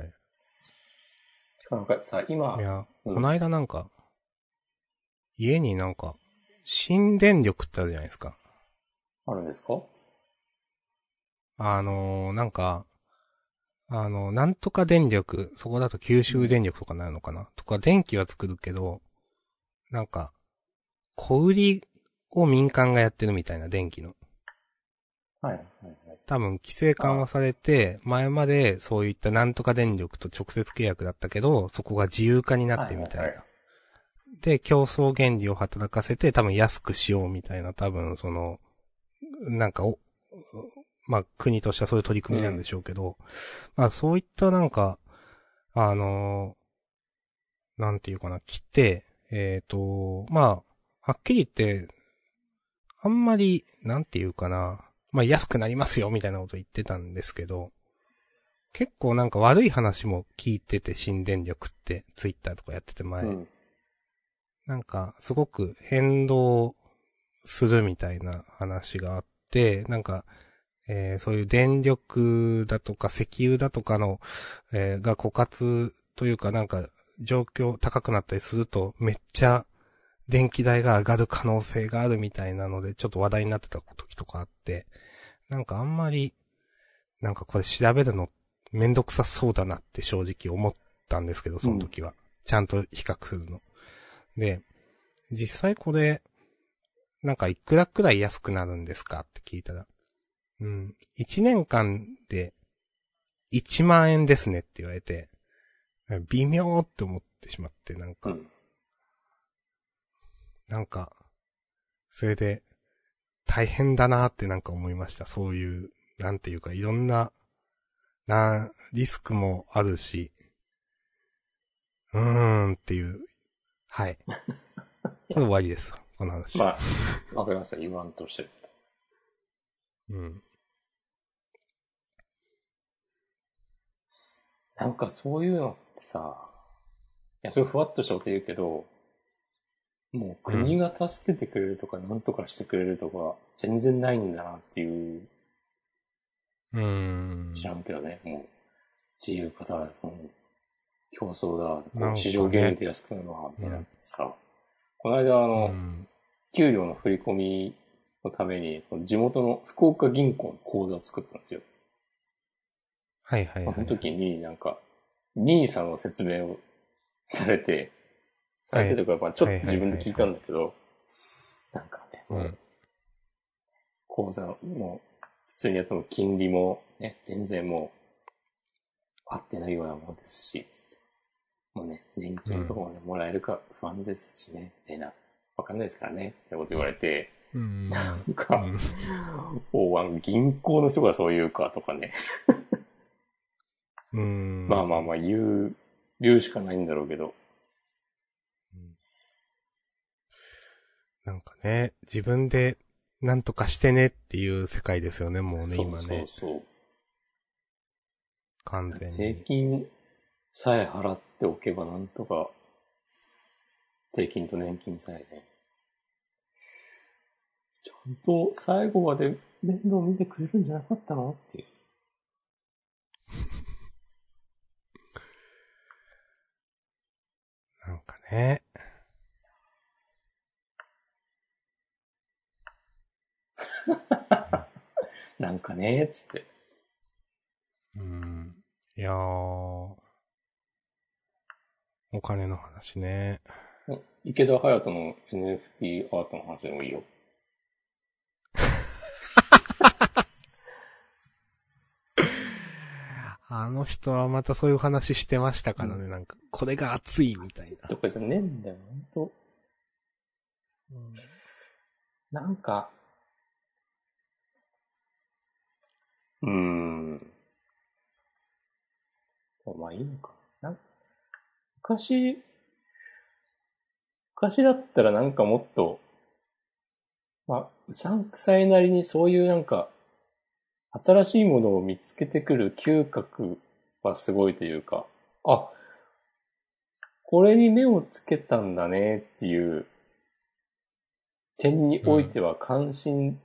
Speaker 2: かもなんかさ、今
Speaker 1: い、や、
Speaker 2: うん
Speaker 1: こないだなんか、家になんか、新電力ってあるじゃないですか。
Speaker 2: あるんですか
Speaker 1: あのー、なんか、あの、なんとか電力、そこだと九州電力とかなるのかなとか、電気は作るけど、なんか、小売りを民間がやってるみたいな、電気の。
Speaker 2: はい、はい、はい。
Speaker 1: 多分、規制緩和されて、前までそういったなんとか電力と直接契約だったけど、そこが自由化になってみたいな。
Speaker 2: はいはいは
Speaker 1: で、競争原理を働かせて、多分安くしようみたいな、多分、その、なんかお、まあ、国としてはそういう取り組みなんでしょうけど、まあ、そういったなんか、あのーなんていうかな、来て、えっ、と、まあ、はっきり言って、あんまり、なんていうかな、まあ安くなりますよみたいなこと言ってたんですけど、結構なんか悪い話も聞いてて、新電力って、ツイッターとかやってて前、
Speaker 2: うん。
Speaker 1: なんかすごく変動するみたいな話があって、なんか、えーそういう電力だとか石油だとかの、えーが枯渇というかなんか状況高くなったりするとめっちゃ電気代が上がる可能性があるみたいなのでちょっと話題になってた時とかあって、なんかあんまり、なんかこれ調べるのめんどくさそうだなって正直思ったんですけど、その時は。ちゃんと比較するの。で、実際これ、なんかいくらくらい安くなるんですかって聞いたら、うん、1年間で1万円ですねって言われて、微妙って思ってしまって、なん
Speaker 2: う
Speaker 1: か、
Speaker 2: ん。
Speaker 1: なんか、それで、大変だなってなんか思いました。そういう、なんていうか、いろんな、な、リスクもあるし、うーんっていう、 はい。これ終わりです。この話。
Speaker 2: まあ、わかりました。言わんとしてる。
Speaker 1: うん。
Speaker 2: なんかそういうのってさ、いや、それふわっとしたこと言うけど、もう国が助けてくれるとか、なんとかしてくれるとか、全然ないんだなっていう、
Speaker 1: うーん。
Speaker 2: 知らんけどね、もう、自由化だ、もう競争だ、
Speaker 1: なんかね
Speaker 2: 市場原理で安くなるわ、みたいな
Speaker 1: うん
Speaker 2: さ、この間あ
Speaker 1: う
Speaker 2: の、
Speaker 1: ん。
Speaker 2: 給料の振り込みのために、この地元の福岡銀行の口座を作ったんですよ。
Speaker 1: はいはいはい。
Speaker 2: その時になんか、兄さんの説明をされて、されてとか、まあちょっと自分で聞いたんだけど、なんかね、
Speaker 1: う。
Speaker 2: もうん口座も普通にやっても金利もね、全然もう合ってないようなものですし、つってもうね、年金とかもね、もらえるか不安ですしね、みたいな、わかんないですからね、ってこと言われて、
Speaker 1: うん。
Speaker 2: なんか、おあの銀行の人がそう言うかとかね、
Speaker 1: うん。
Speaker 2: まあまあまあ言う、言うしかないんだろうけど、
Speaker 1: なんかね、自分で、なんとかしてねっていう世界ですよね、もうね、今
Speaker 2: そう
Speaker 1: ね。
Speaker 2: そうそう。
Speaker 1: 完全
Speaker 2: 税
Speaker 1: に。
Speaker 2: 金さえ払っておけばなんとか、税金と年金さえね。ちゃんと最後まで面倒見てくれるんじゃなかったのっていう。
Speaker 1: なんかね。
Speaker 2: なんかね、つって。
Speaker 1: うん。いやー。お金の話ね。
Speaker 2: 池田隼人の NFT アートの話でもいいよ。
Speaker 1: あの人はまたそういう話してましたからね、なんか、これが熱いみたいな。
Speaker 2: とかじゃねえんだよ、ほんと。なんか、うーん。まあいいのか。なん昔、昔だったらなんかもっと、まあ、うさんくさいなりにそういうなんか、新しいものを見つけてくる嗅覚はすごいというか、あ、これに目をつけたんだねっていう点においては関心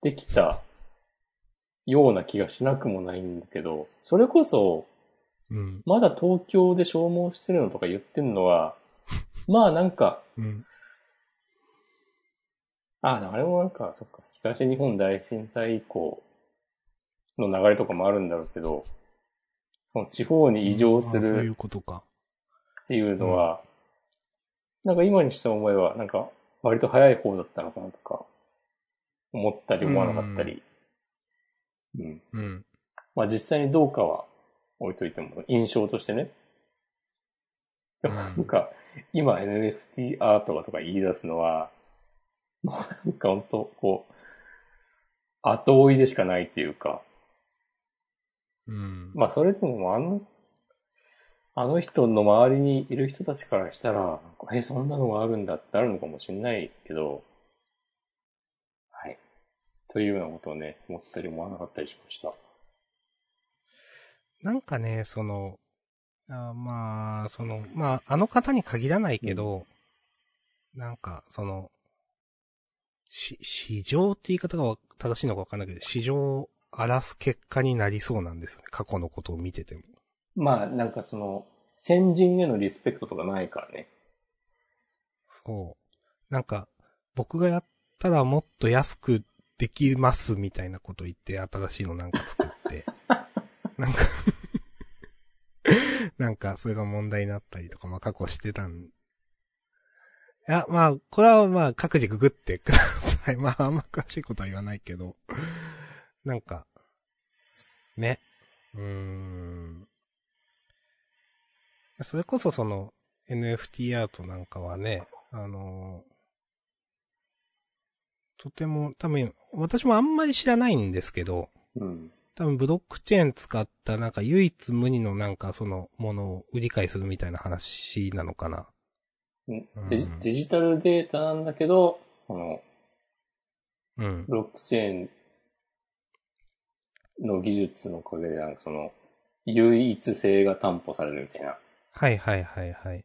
Speaker 2: できたような気がしなくもないんだけど、それこそ、
Speaker 1: うん。
Speaker 2: まだ東京で消耗してるのとか言ってんのは、まあなんか、
Speaker 1: うん。
Speaker 2: あ、あれもなんか、そっか、東日本大震災以降の流れとかもあるんだろうけど、その地方に移動す
Speaker 1: あそうい
Speaker 2: る
Speaker 1: うことか。
Speaker 2: っていうのは、なんか今にして思えば、なんか割と早い方だったのかなとか、思ったり思わなかったり、うん。
Speaker 1: うん。
Speaker 2: まあ実際にどうかは置いといても、印象としてね。でもなんか、今 NFT アートがとか言い出すのは、もうなんか本当こう、後追いでしかないというか、
Speaker 1: うん。
Speaker 2: まあそれでももうあの、あの人の周りにいる人たちからしたら、なんかえ、そんなのがあるんだってあるのかもしれないけど、はい。というようなことをね、思ったり思わなかったりしました。
Speaker 1: なんかね、その、あまあ、その、まあ、あの方に限らないけど、なんか、その、し、市場って言い方がわ正しいのかわかんないけど、市場を荒らす結果になりそうなんですよね。過去のことを見てても。
Speaker 2: まあなんかその、先人へのリスペクトとかないからね。
Speaker 1: そう。なんか、僕がやったらもっと安くできますみたいなこと言って、新しいのなんか作って。なんか、なんか、それが問題になったりとか、まあ過去してたん。いや、まあ、これはまあ各自ググってください。 まあ、あんま詳しいことは言わないけど。なんか、ね。うーん。それこそその、NFT アートなんかはね、あのーとても多分、私もあんまり知らないんですけど、
Speaker 2: うん。
Speaker 1: 多分ブロックチェーン使ったなんか唯一無二のなんかそのものを売り買いするみたいな話なのかな。
Speaker 2: デジデジタルデータなんだけど、この、
Speaker 1: うん。
Speaker 2: ブロックチェーンの技術のおかげで、なんかその、唯一性が担保されるみたいなこ
Speaker 1: はいはいはいはい。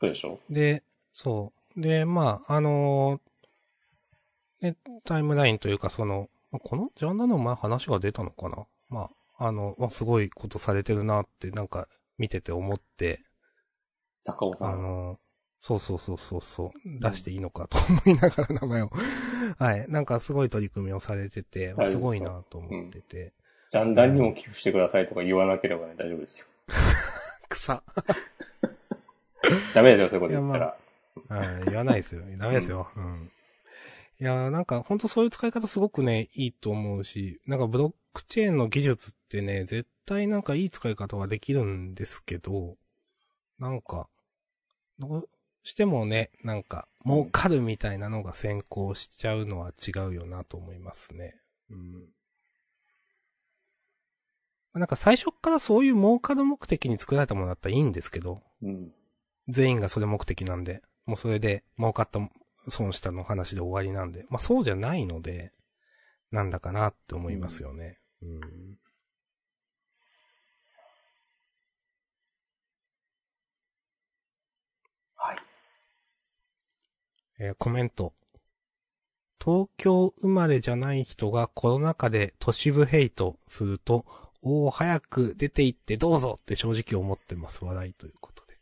Speaker 2: とでしょ
Speaker 1: で、そう。で、まあ、あのーねタイムラインというか、その、まあこのジャンルの前話が出たのかなまあ、あの、まあ、すごいことされてるなって、なんか、見てて思って、
Speaker 2: 高尾さ
Speaker 1: あ
Speaker 2: ん。
Speaker 1: のーそうそうそうそうそう、出していいのかと思いながら名前を。はい。なんかすごい取り組みをされてて、
Speaker 2: はい
Speaker 1: すごいなと思ってて。
Speaker 2: ジャンダンにも寄付してくださいとか言わなければね、大丈夫ですよ。
Speaker 1: 草。
Speaker 2: ダメでしょ、そういうこと言った
Speaker 1: いや
Speaker 2: ら。
Speaker 1: はい、言わない ですよ。ダメですよ。うん。いやーなんか、ほんとそういう使い方すごくね、いいと思うし、なんかブロックチェーンの技術ってね、絶対なんかいい使い方はできるんですけど、なんか、どうしてもね、なんか、儲かるみたいなのが先行しちゃうのは違うよなと思いますね。うん。なんか最初っからそういう儲かる目的に作られたものだったらいいんですけど、
Speaker 2: うん。
Speaker 1: 全員がそれ目的なんで、もうそれで儲かった、損したの話で終わりなんで、まあそうじゃないので、なんだかなって思いますよね。うん。
Speaker 2: はい。
Speaker 1: えーコメント。東京生まれじゃない人がコロナ禍で都市部ヘイトすると、おお、早く出て行ってどうぞって正直思ってます。笑いということで。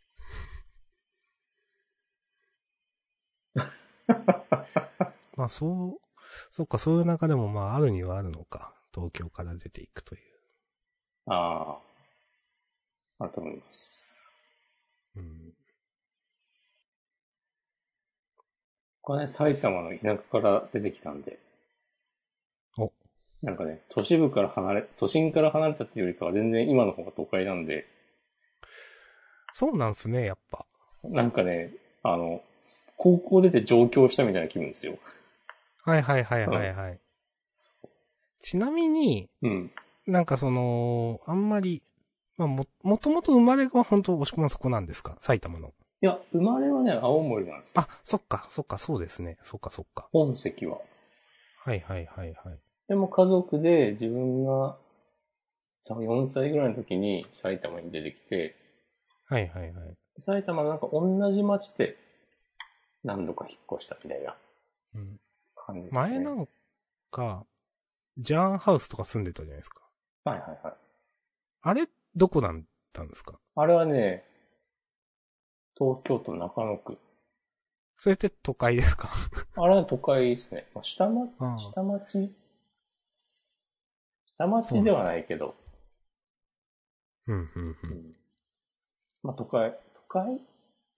Speaker 1: まあそう、そっか、そういう中でもまああるにはあるのか。東京から出ていくという。
Speaker 2: ああ。あると思います。
Speaker 1: うん。
Speaker 2: これね、埼玉の田舎から出てきたんで。
Speaker 1: お。
Speaker 2: なんかね、都市部から離れ、都心から離れたっていうよりかは全然今の方が都会なんで、
Speaker 1: そうなんすね、やっぱ。
Speaker 2: なんかね、あの、高校出て上京したみたいな気分ですよ。
Speaker 1: はいはいはいはいはい。ちなみに、
Speaker 2: うん。
Speaker 1: なんかその、あんまり、まあも、もともと生まれは本当、押し込まんそこなんですか埼玉の。
Speaker 2: や、生まれはね、青森なんですよ。
Speaker 1: あ、そっか、そっか、そうですね。そっか、そっか。
Speaker 2: 本籍は。
Speaker 1: はいはいはいはい。
Speaker 2: でも家族で自分が、多分4歳ぐらいの時に埼玉に出てきて、
Speaker 1: はいはいはい。
Speaker 2: 埼玉なんか同じ町で何度か引っ越したみたいな
Speaker 1: うん、
Speaker 2: 感じですね。
Speaker 1: 前なんか、ジャーンハウスとか住んでたじゃないですか。
Speaker 2: はいはいはい。
Speaker 1: あれ、どこなんたんですか
Speaker 2: あれはね、東京都中野区。
Speaker 1: それって都会ですか
Speaker 2: あれは都会ですね。まあ、下町、
Speaker 1: うん
Speaker 2: 下町下町ではないけど、
Speaker 1: うんうんう。
Speaker 2: うんんまあ都会、都会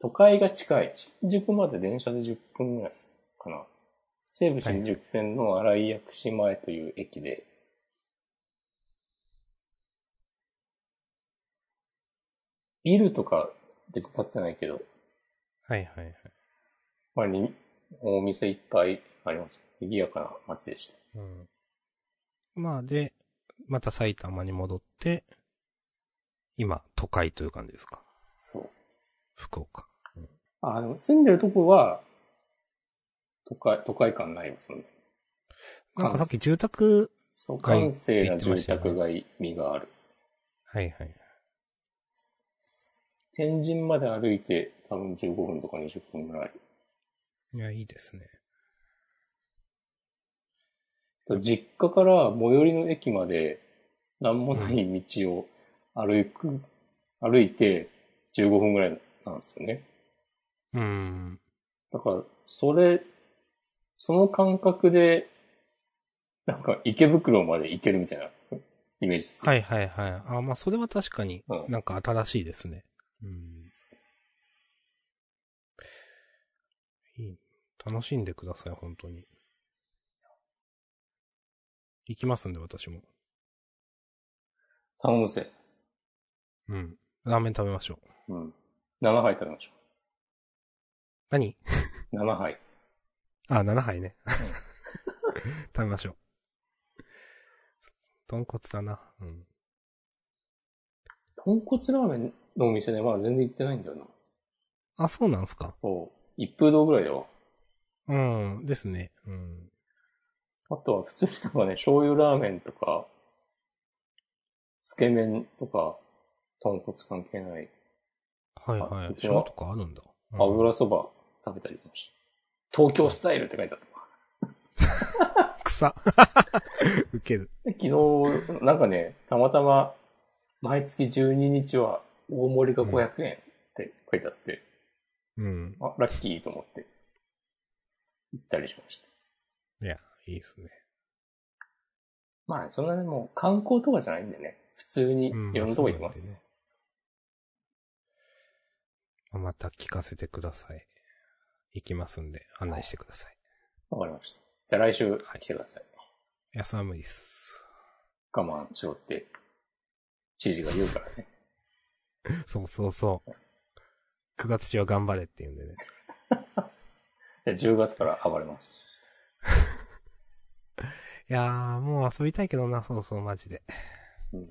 Speaker 2: 都会が近い。新宿まで電車で10分ぐらいかな。西武新宿線の荒井薬師前という駅で、ビルとか別に建ってないけど、
Speaker 1: はいはいはい。
Speaker 2: まあ、にお店いっぱいあります。賑やかな街でした。
Speaker 1: うん。まあで、また埼玉に戻って、今、都会という感じですか。
Speaker 2: そう。
Speaker 1: 福岡。
Speaker 2: あ、でも住んでるとこは、都会、都会感ないわ、その。
Speaker 1: なんかさっき住宅、
Speaker 2: そう、
Speaker 1: 都会
Speaker 2: 閑静な
Speaker 1: って言ってま
Speaker 2: 住
Speaker 1: したよね
Speaker 2: 宅街味がある。
Speaker 1: はいはい。
Speaker 2: 天神まで歩いて多分15分とか20分ぐらい。
Speaker 1: いや、いいですね。
Speaker 2: 実家から最寄りの駅まで何もない道を歩く、歩いて15分ぐらいなんですよね。
Speaker 1: うーん。
Speaker 2: だから、それ、その感覚で、なんか池袋まで行けるみたいなイメージです。
Speaker 1: はいはいはい。あ、まあそれは確かに
Speaker 2: うん
Speaker 1: なんか新しいですね。うん。いい。楽しんでください、本当に。行きますんで、私も。
Speaker 2: 頼むぜ。
Speaker 1: うん。ラーメン食べましょう。
Speaker 2: うん。7杯食べましょ
Speaker 1: 何
Speaker 2: う。7杯。
Speaker 1: あ、7杯ね。食べましょう。豚骨だな。うん。
Speaker 2: 豚骨ラーメンのお店ね、まだ全然行ってないんだよな。
Speaker 1: あ、そうなんすか。
Speaker 2: そう。一風堂ぐらいだわ。
Speaker 1: うん。ですね。うん。
Speaker 2: あとは普通になんかね、醤油ラーメンとか、つけ麺とか、豚骨関係ない
Speaker 1: はいは
Speaker 2: あ
Speaker 1: い
Speaker 2: こ。
Speaker 1: シ
Speaker 2: ちら
Speaker 1: ョーとかあるんだ。うん
Speaker 2: 油そば食べたりもした。東京スタイルって書いてあったわ。
Speaker 1: 草。 ウケる。
Speaker 2: で昨日、なんかね、たまたま、毎月12日は大盛りが500円って書いてあって、
Speaker 1: うん。
Speaker 2: あ、ラッキーと思って、行ったりしました。
Speaker 1: いや、いいですね。
Speaker 2: まあ、そんなにもう観光とかじゃないんでね、普通に
Speaker 1: うん
Speaker 2: いろんなとこ行きます。
Speaker 1: そうなんでねまあまた聞かせてください。行きますんで、案内してください。
Speaker 2: わかりました。じゃあ来週来てください。
Speaker 1: いや、それは無理っす。
Speaker 2: 我慢しろって、知事が言うからね。
Speaker 1: そうそうそう。9月中は頑張れって言うんでね。
Speaker 2: じゃあ10月から暴れます。
Speaker 1: いやー、もう遊びたいけどな、そうそう、マジで。
Speaker 2: うん
Speaker 1: ん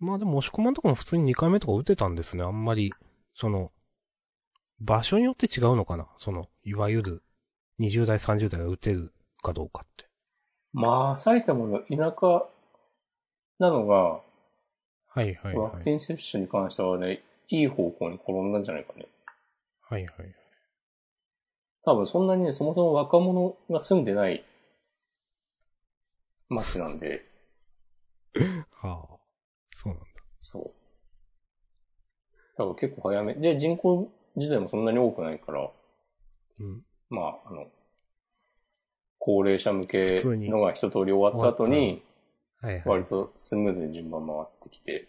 Speaker 1: まあでも、押し込まんとかも普通に2回目とか打てたんですね。あんまり、その、場所によって違うのかなその、いわゆる、20代、30代が打てるかどうかって。
Speaker 2: まあ、埼玉の田舎なのが、
Speaker 1: はいはい
Speaker 2: ワ
Speaker 1: は
Speaker 2: クチ
Speaker 1: い。
Speaker 2: ン接種に関してはね、いい方向に転んだんじゃないかね。
Speaker 1: はいはい。
Speaker 2: 多分そんなにね、そもそも若者が住んでない街なんで、
Speaker 1: はあ。そうなんだ。
Speaker 2: そう。多分結構早め。で、人口自体もそんなに多くないから、
Speaker 1: うん。
Speaker 2: まあ、あの、高齢者向け
Speaker 1: 普通に
Speaker 2: のが一通り終わった後に、
Speaker 1: はいはい。
Speaker 2: 割とスムーズに順番回ってきて、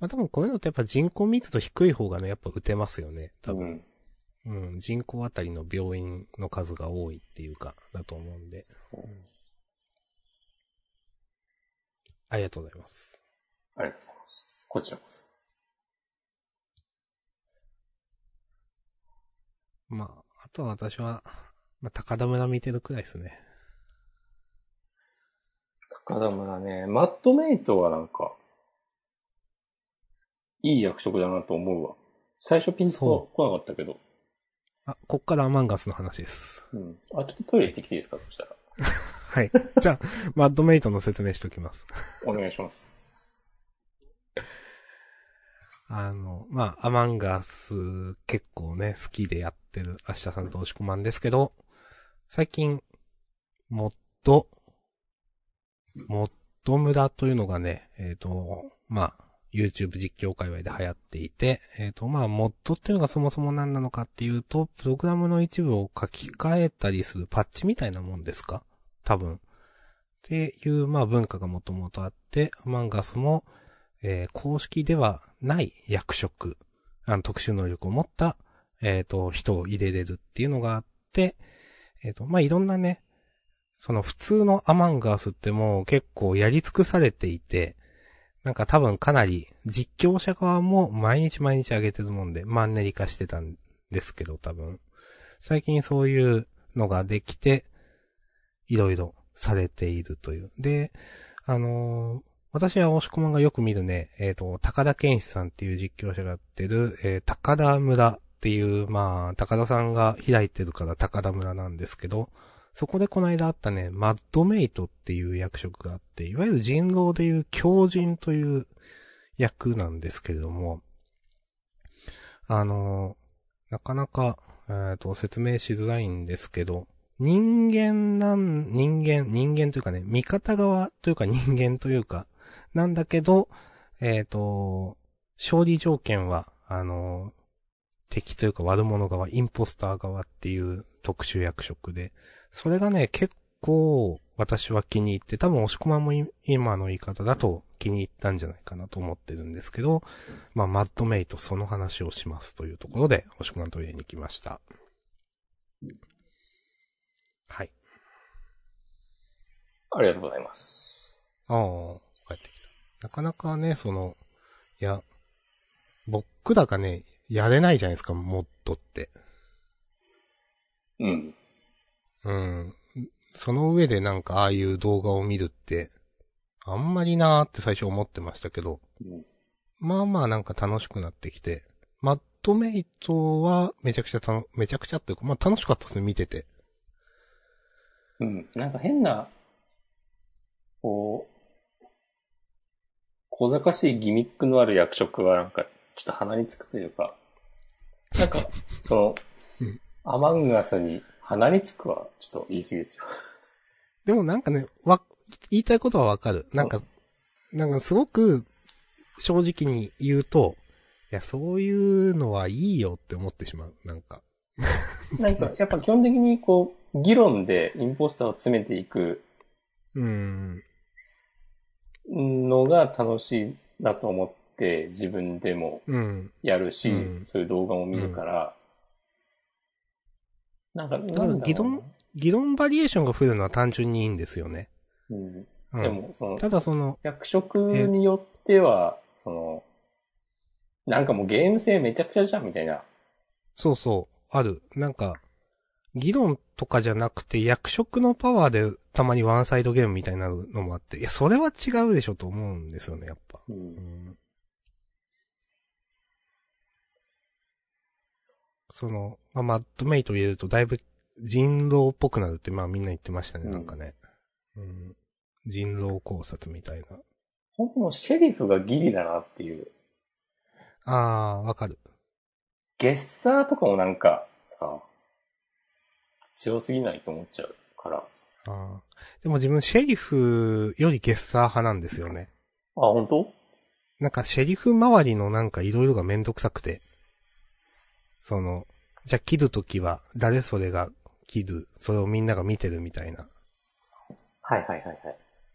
Speaker 1: まあ多分こういうのってやっぱ人口密度低い方がね、やっぱ打てますよね。多
Speaker 2: 多
Speaker 1: 分。
Speaker 2: 分、
Speaker 1: うん、人口あたりの病院の数が多いっていうか、だと思うんで。
Speaker 2: そう
Speaker 1: うんありがとうございます。
Speaker 2: ありがとうございます。こちらこそ。
Speaker 1: まあ、あとは私は、まあ、高田村見てるくらいですね。
Speaker 2: 高田村ね、マットメイトはなんか、いい役職だなと思うわ。最初ピンと
Speaker 1: そ
Speaker 2: 来なかったけど。
Speaker 1: あ、こっからアマンガスの話です。
Speaker 2: うん。あ、ちょっとトイレ行ってきていいですかそしたら。
Speaker 1: はい。 じゃあ、マッドメイトの説明しておきます。
Speaker 2: お願いします。
Speaker 1: あの、まあ、アマンガス結構ね、好きでやってる明日さんと押し込まんですけど、最近、モッド、モッド村というのがね、えっ、と、まあ、YouTube 実況界隈で流行っていて、えっ、と、まあ、モッドっていうのがそもそも何なのかっていうと、プログラムの一部を書き換えたりするパッチみたいなもんですか多分。っていう、まあ、文化がもともとあって、アマンガスも、えー公式ではない役職、あの特殊能力を持った、えっ、と、人を入れれるっていうのがあって、えっ、と、まあ、いろんなね、その普通のアマンガースってもう結構やり尽くされていて、なんか多分かなり実況者側も毎日毎日上げてるもんで、マンネリ化してたんですけど多分。最近そういうのができて、いろいろされているという。で、あのー私は押し込まんがよく見るね、えっ、と、高田健志さんっていう実況者がやってる、えー高田村っていう、まあ、高田さんが開いてるから高田村なんですけど、そこでこの間あったね、マッドメイトっていう役職があって、いわゆる人狼でいう狂人という役なんですけれども、あのーなかなか、えっ、と、説明しづらいんですけど、人間なん、人間、人間というかね、味方側というか人間というか、なんだけど、えっ、と、勝利条件は、あの、敵というか悪者側、インポスター側っていう特殊役職で、それがね、結構私は気に入って、多分押し込まんもい今の言い方だと気に入ったんじゃないかなと思ってるんですけど、まあ、マッドメイトその話をしますというところで、押し込まんトイレに来ました。はい。
Speaker 2: ありがとうございます。
Speaker 1: ああ、帰ってきた。なかなかね、その、いや、僕らがね、やれないじゃないですか、モッドって。
Speaker 2: うん。
Speaker 1: うん。その上でなんかああいう動画を見るって、あんまりなーって最初思ってましたけど、
Speaker 2: うん
Speaker 1: まあまあなんか楽しくなってきて、マッドメイトはめちゃくちゃたの、めちゃくちゃっていうか、まあ楽しかったですね、見てて。
Speaker 2: うん。なんか変な、こう、小賢しいギミックのある役職がなんか、ちょっと鼻につくというか、なんか、 その
Speaker 1: うん、
Speaker 2: アマンガスに鼻につくは、ちょっと言い過ぎです よ。
Speaker 1: でもなんかね、わ、言いたいことはわかる。なんか、なんかすごく正直に言うと、いや、そういうのはいいよって思ってしまう。なんか。
Speaker 2: なんか、やっぱ基本的にこう、議論でインポスターを詰めていく
Speaker 1: うーん。
Speaker 2: のが楽しいなと思って、自分でも
Speaker 1: うん。
Speaker 2: やるし、
Speaker 1: うん
Speaker 2: そういう動画も見るから、なんか、なんだろうな
Speaker 1: 議論議論バリエーションが増えるのは単純にいいんですよね。
Speaker 2: うん。
Speaker 1: うん、
Speaker 2: でも、その、
Speaker 1: ただその、
Speaker 2: 役職によっては、その、なんかもうゲーム性めちゃくちゃじゃんみたいな。
Speaker 1: そうそう、ある。なんか、議論とかじゃなくて役職のパワーでたまにワンサイドゲームみたいになるのもあって、いや、それは違うでしょと思うんですよね、やっぱ。
Speaker 2: う。
Speaker 1: うんんその、まあ、マッドメイトを入れるとだいぶ人狼っぽくなるって、まあみんな言ってましたね、
Speaker 2: うん
Speaker 1: なんかね。うん。人狼考察みたいな。
Speaker 2: ほんのシェリフがギリだなっていう。
Speaker 1: あー、わかる。
Speaker 2: ゲッサーとかもなんかさ、強すぎないと思っちゃうから。あ、
Speaker 1: あーでも自分、シェリフよりゲッサー派なんですよね。
Speaker 2: 本当
Speaker 1: なんか、シェリフ周りのなんかいろいろがめんどくさくて。その、じゃあ切るときは、誰それが切る、それをみんなが見てるみたいな。
Speaker 2: はいはいはいはい。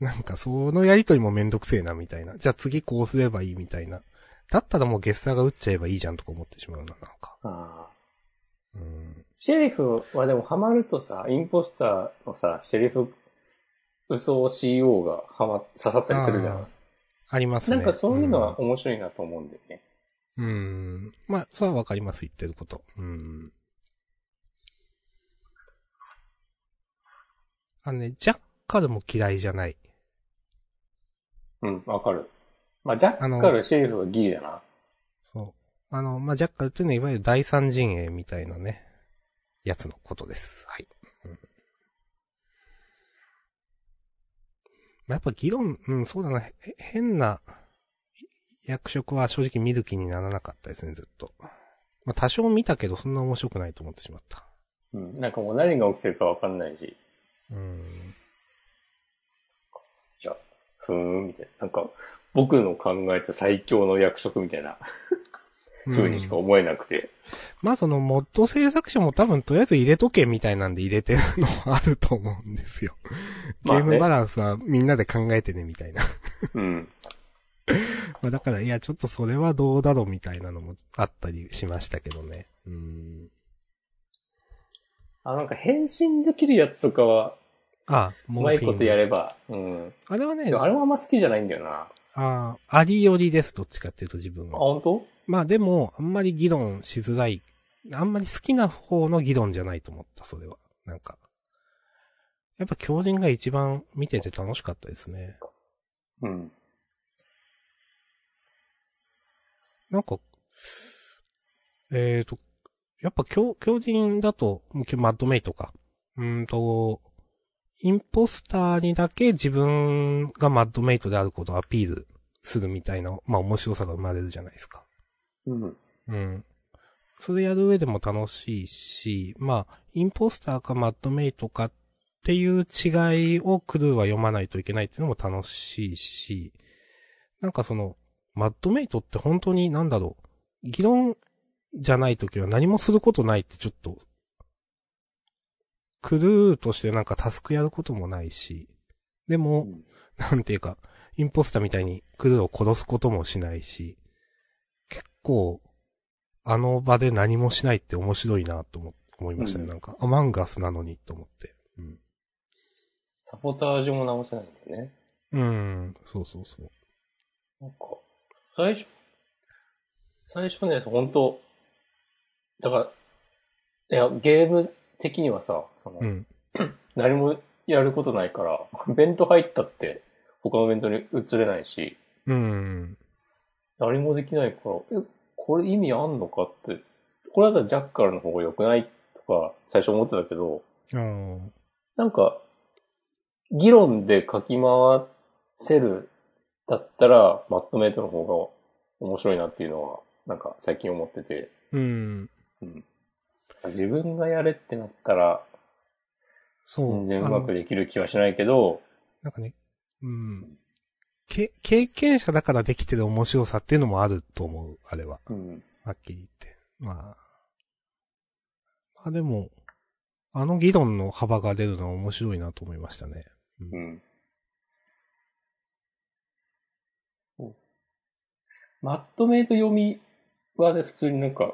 Speaker 1: なんかそのやりとりもめんどくせえなみたいな。じゃあ次こうすればいいみたいな。だったらもうゲッサーが打っちゃえばいいじゃんとか思ってしまうな、なんか。
Speaker 2: あー
Speaker 1: うん。
Speaker 2: シェリフはでもハマるとさ、インポスターのさ、シェリフ、嘘 CO がハマ、刺さったりするじゃ
Speaker 1: あー
Speaker 2: ん。
Speaker 1: ありますね。
Speaker 2: なんかそういうのは面白いなと思うんだよね。
Speaker 1: うん。うん。まあ、それはわかります、言ってること。うん。あのね、ジャッカルも嫌いじゃない。
Speaker 2: うん、わかる。まあ、ジャッカル、シェリフはギリだな。
Speaker 1: そう。あの、まあ、ジャッカルっていうのはいわゆる第三陣営みたいなね、やつのことです。はい。うんまあやっぱ議論、うん、そうだな、へ変な役職は正直見る気にならなかったですね、ずっと。まあ、多少見たけど、そんな面白くないと思ってしまった。
Speaker 2: うん。なんかもう何が起きてるかわかんないし、
Speaker 1: うん。
Speaker 2: いや、ふーん、みたいな。なんか、僕の考えた最強の役職みたいな風にしか
Speaker 1: うん
Speaker 2: 思えなくて。
Speaker 1: まあその、モッド制作者も多分とりあえず入れとけみたいなんで入れてるのはあると思うんですよ。ゲ
Speaker 2: まあ
Speaker 1: ー
Speaker 2: ね
Speaker 1: ムバランスはみんなで考えてねみたいな。
Speaker 2: うん。
Speaker 1: まあだから、いや、ちょっとそれはどうだろうみたいなのもあったりしましたけどね。うん。
Speaker 2: あ、なんか変身できるやつとかは、
Speaker 1: あ、
Speaker 2: う
Speaker 1: モ
Speaker 2: ま
Speaker 1: ー
Speaker 2: い
Speaker 1: フィン。
Speaker 2: ことやれば、うん。
Speaker 1: あれはね
Speaker 2: で、もあれはあんま好きじゃないんだよな。あ、
Speaker 1: あありよりです、どっちかっていうと自分は。
Speaker 2: 本当？
Speaker 1: まあでも、あんまり議論しづらい。あんまり好きな方の議論じゃないと思った、それは。なんか。やっぱ狂人が一番見てて楽しかったですね。
Speaker 2: うん。
Speaker 1: なんか、えーと、やっぱ狂、狂人だと、もうマッドメイトか。うーんと、インポスターにだけ自分がマッドメイトであることをアピールするみたいな、まあ面白さが生まれるじゃないですか。
Speaker 2: うん。
Speaker 1: うん。それやる上でも楽しいし、まあ、インポスターかマッドメイトかっていう違いをクルーは読まないといけないっていうのも楽しいし、なんかその、マッドメイトって本当になんだろう、議論じゃないときは何もすることないってちょっと、クルーとしてなんかタスクやることもないし、でも、なんていうか、インポスターみたいにクルーを殺すこともしないし、結構、あの場で何もしないって面白いなと思思いましたね。
Speaker 2: うん
Speaker 1: なんか、アマンガスなのにと思って。うん。
Speaker 2: サポタージュも直せないんだよね。
Speaker 1: うん、そうそうそう。
Speaker 2: なんか、最初、最初ね、本当だから、いや、ゲーム的にはさ、その
Speaker 1: うん。
Speaker 2: 何もやることないから、 弁当入ったって、他の弁当に移れないし、
Speaker 1: うん。
Speaker 2: 何もできないから、え、これ意味あんのかって、これだったらジャッカルの方が良くないとか、最初思ってたけど、
Speaker 1: あー
Speaker 2: なんか、議論で書き回せるだったら、マットメイトの方が面白いなっていうのは、なんか最近思ってて、
Speaker 1: うん。
Speaker 2: 自分がやれってなったら、
Speaker 1: そう。
Speaker 2: 全然う
Speaker 1: あ
Speaker 2: ま
Speaker 1: の
Speaker 2: くできる気はしないけど、
Speaker 1: なんかね、うん。け、経験者だからできてる面白さっていうのもあると思う、あれは。
Speaker 2: うん。
Speaker 1: はっきり言って。まあ。まあでも、あの議論の幅が出るのは面白いなと思いましたね。
Speaker 2: うん。マットメイト読みはね、普通になんか、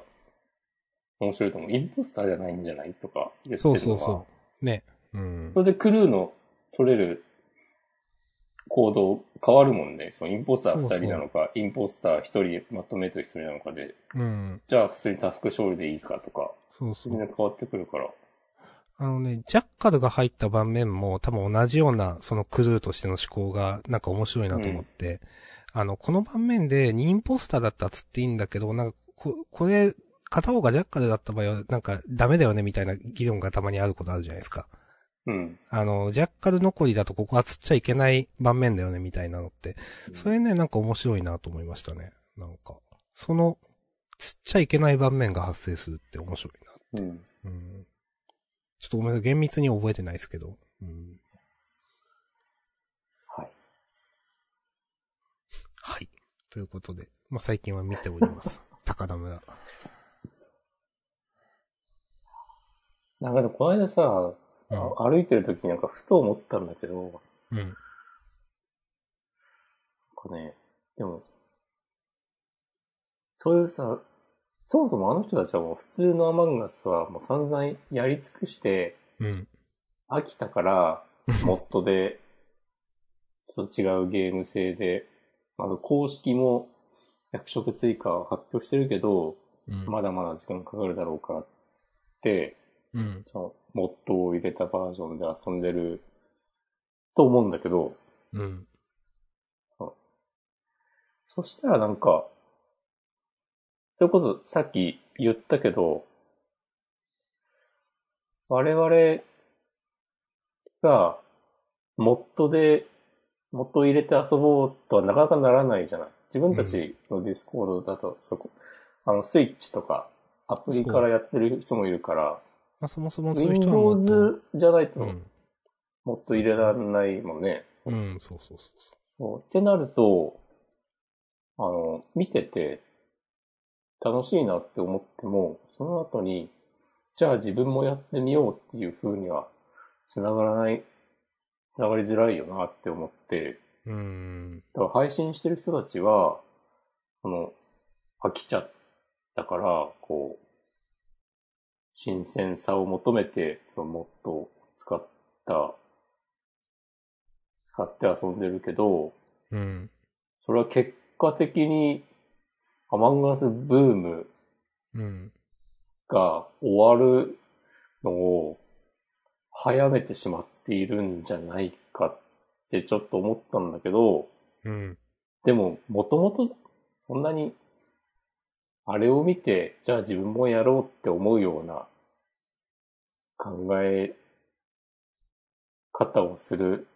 Speaker 2: 面白いと思う。インポスターじゃないんじゃないとか言ってるの
Speaker 1: そう
Speaker 2: は。
Speaker 1: そうそう。ね。うん
Speaker 2: そ。れでクルーの取れる行動変わるもんね。そのインポスター二人なのか、インポスター一人、マットメイト一人なのかで、
Speaker 1: うん。
Speaker 2: じゃあ普通にタスク勝利でいいかとか、
Speaker 1: そうそ
Speaker 2: みんな
Speaker 1: う。
Speaker 2: 変わってくるから。
Speaker 1: あのね、ジャッカルが入った場面も多分同じようなそのクルーとしての思考がなんか面白いなと思って、あの、この盤面で2インポスターだったらつっていいんだけど、なんかこ、これ、片方がジャッカルだった場合はなんかダメだよねみたいな議論がたまにあることあるじゃないですか。
Speaker 2: うん。
Speaker 1: あの、ジャッカル残りだとここは釣っちゃいけない盤面だよね、みたいなのって。それね、なんか面白いなと思いましたね。なんか、その、釣っちゃいけない盤面が発生するって面白い
Speaker 2: うん。
Speaker 1: な。うん。ちょっとごめんなさい、厳密には覚えてないですけど。うん。
Speaker 2: はい。
Speaker 1: はい。ということで、まあ、最近は見ており ます。高田村。
Speaker 2: なんかでもこの間さ、
Speaker 1: うん。
Speaker 2: 歩いてる時になんかふと思ったんだけど、
Speaker 1: うん。
Speaker 2: なんかね、でも、そういうさ、そもそもあの人たちはもう普通のアマンガスはもう散々やり尽くして
Speaker 1: うん。
Speaker 2: 飽きた から、モッドで、ちょっと違うゲーム性で、あの公式も役職追加を発表してるけど、
Speaker 1: うん。
Speaker 2: まだまだ時間かかるだろうから、つって、
Speaker 1: うん。
Speaker 2: その、モッドを入れたバージョンで遊んでると思うんだけど、
Speaker 1: うん。
Speaker 2: そしたらなんか、それこそさっき言ったけど、我々がモッドで、モッドを入れて遊ぼうとはなかなかならないじゃない。自分たちのディスコードだと、そこ、あの、スイッチとか、アプリからやってる人もいるから、
Speaker 1: まあ、そもそもそういう人はもっと
Speaker 2: Windows じゃないと、
Speaker 1: うん。
Speaker 2: もっと入れられないもんね。
Speaker 1: うん、そうそうそうそ
Speaker 2: そう。ってなると、あの、見てて、楽しいなって思っても、その後に、じゃあ自分もやってみようっていう風には、繋がらない、繋がりづらいよなって思って、
Speaker 1: う。うーん。
Speaker 2: だから配信してる人たちは、この、飽きちゃったから、こう、新鮮さを求めて、そのモッドを使った、使って遊んでるけど、
Speaker 1: うん。
Speaker 2: それは結果的に、アマンガスブーム
Speaker 1: うん。
Speaker 2: が終わるのを早めてしまっているんじゃないかってちょっと思ったんだけど、
Speaker 1: うん。
Speaker 2: でも、もともとそんなに、あれを見て、じゃあ自分もやろうって思うような考え方をする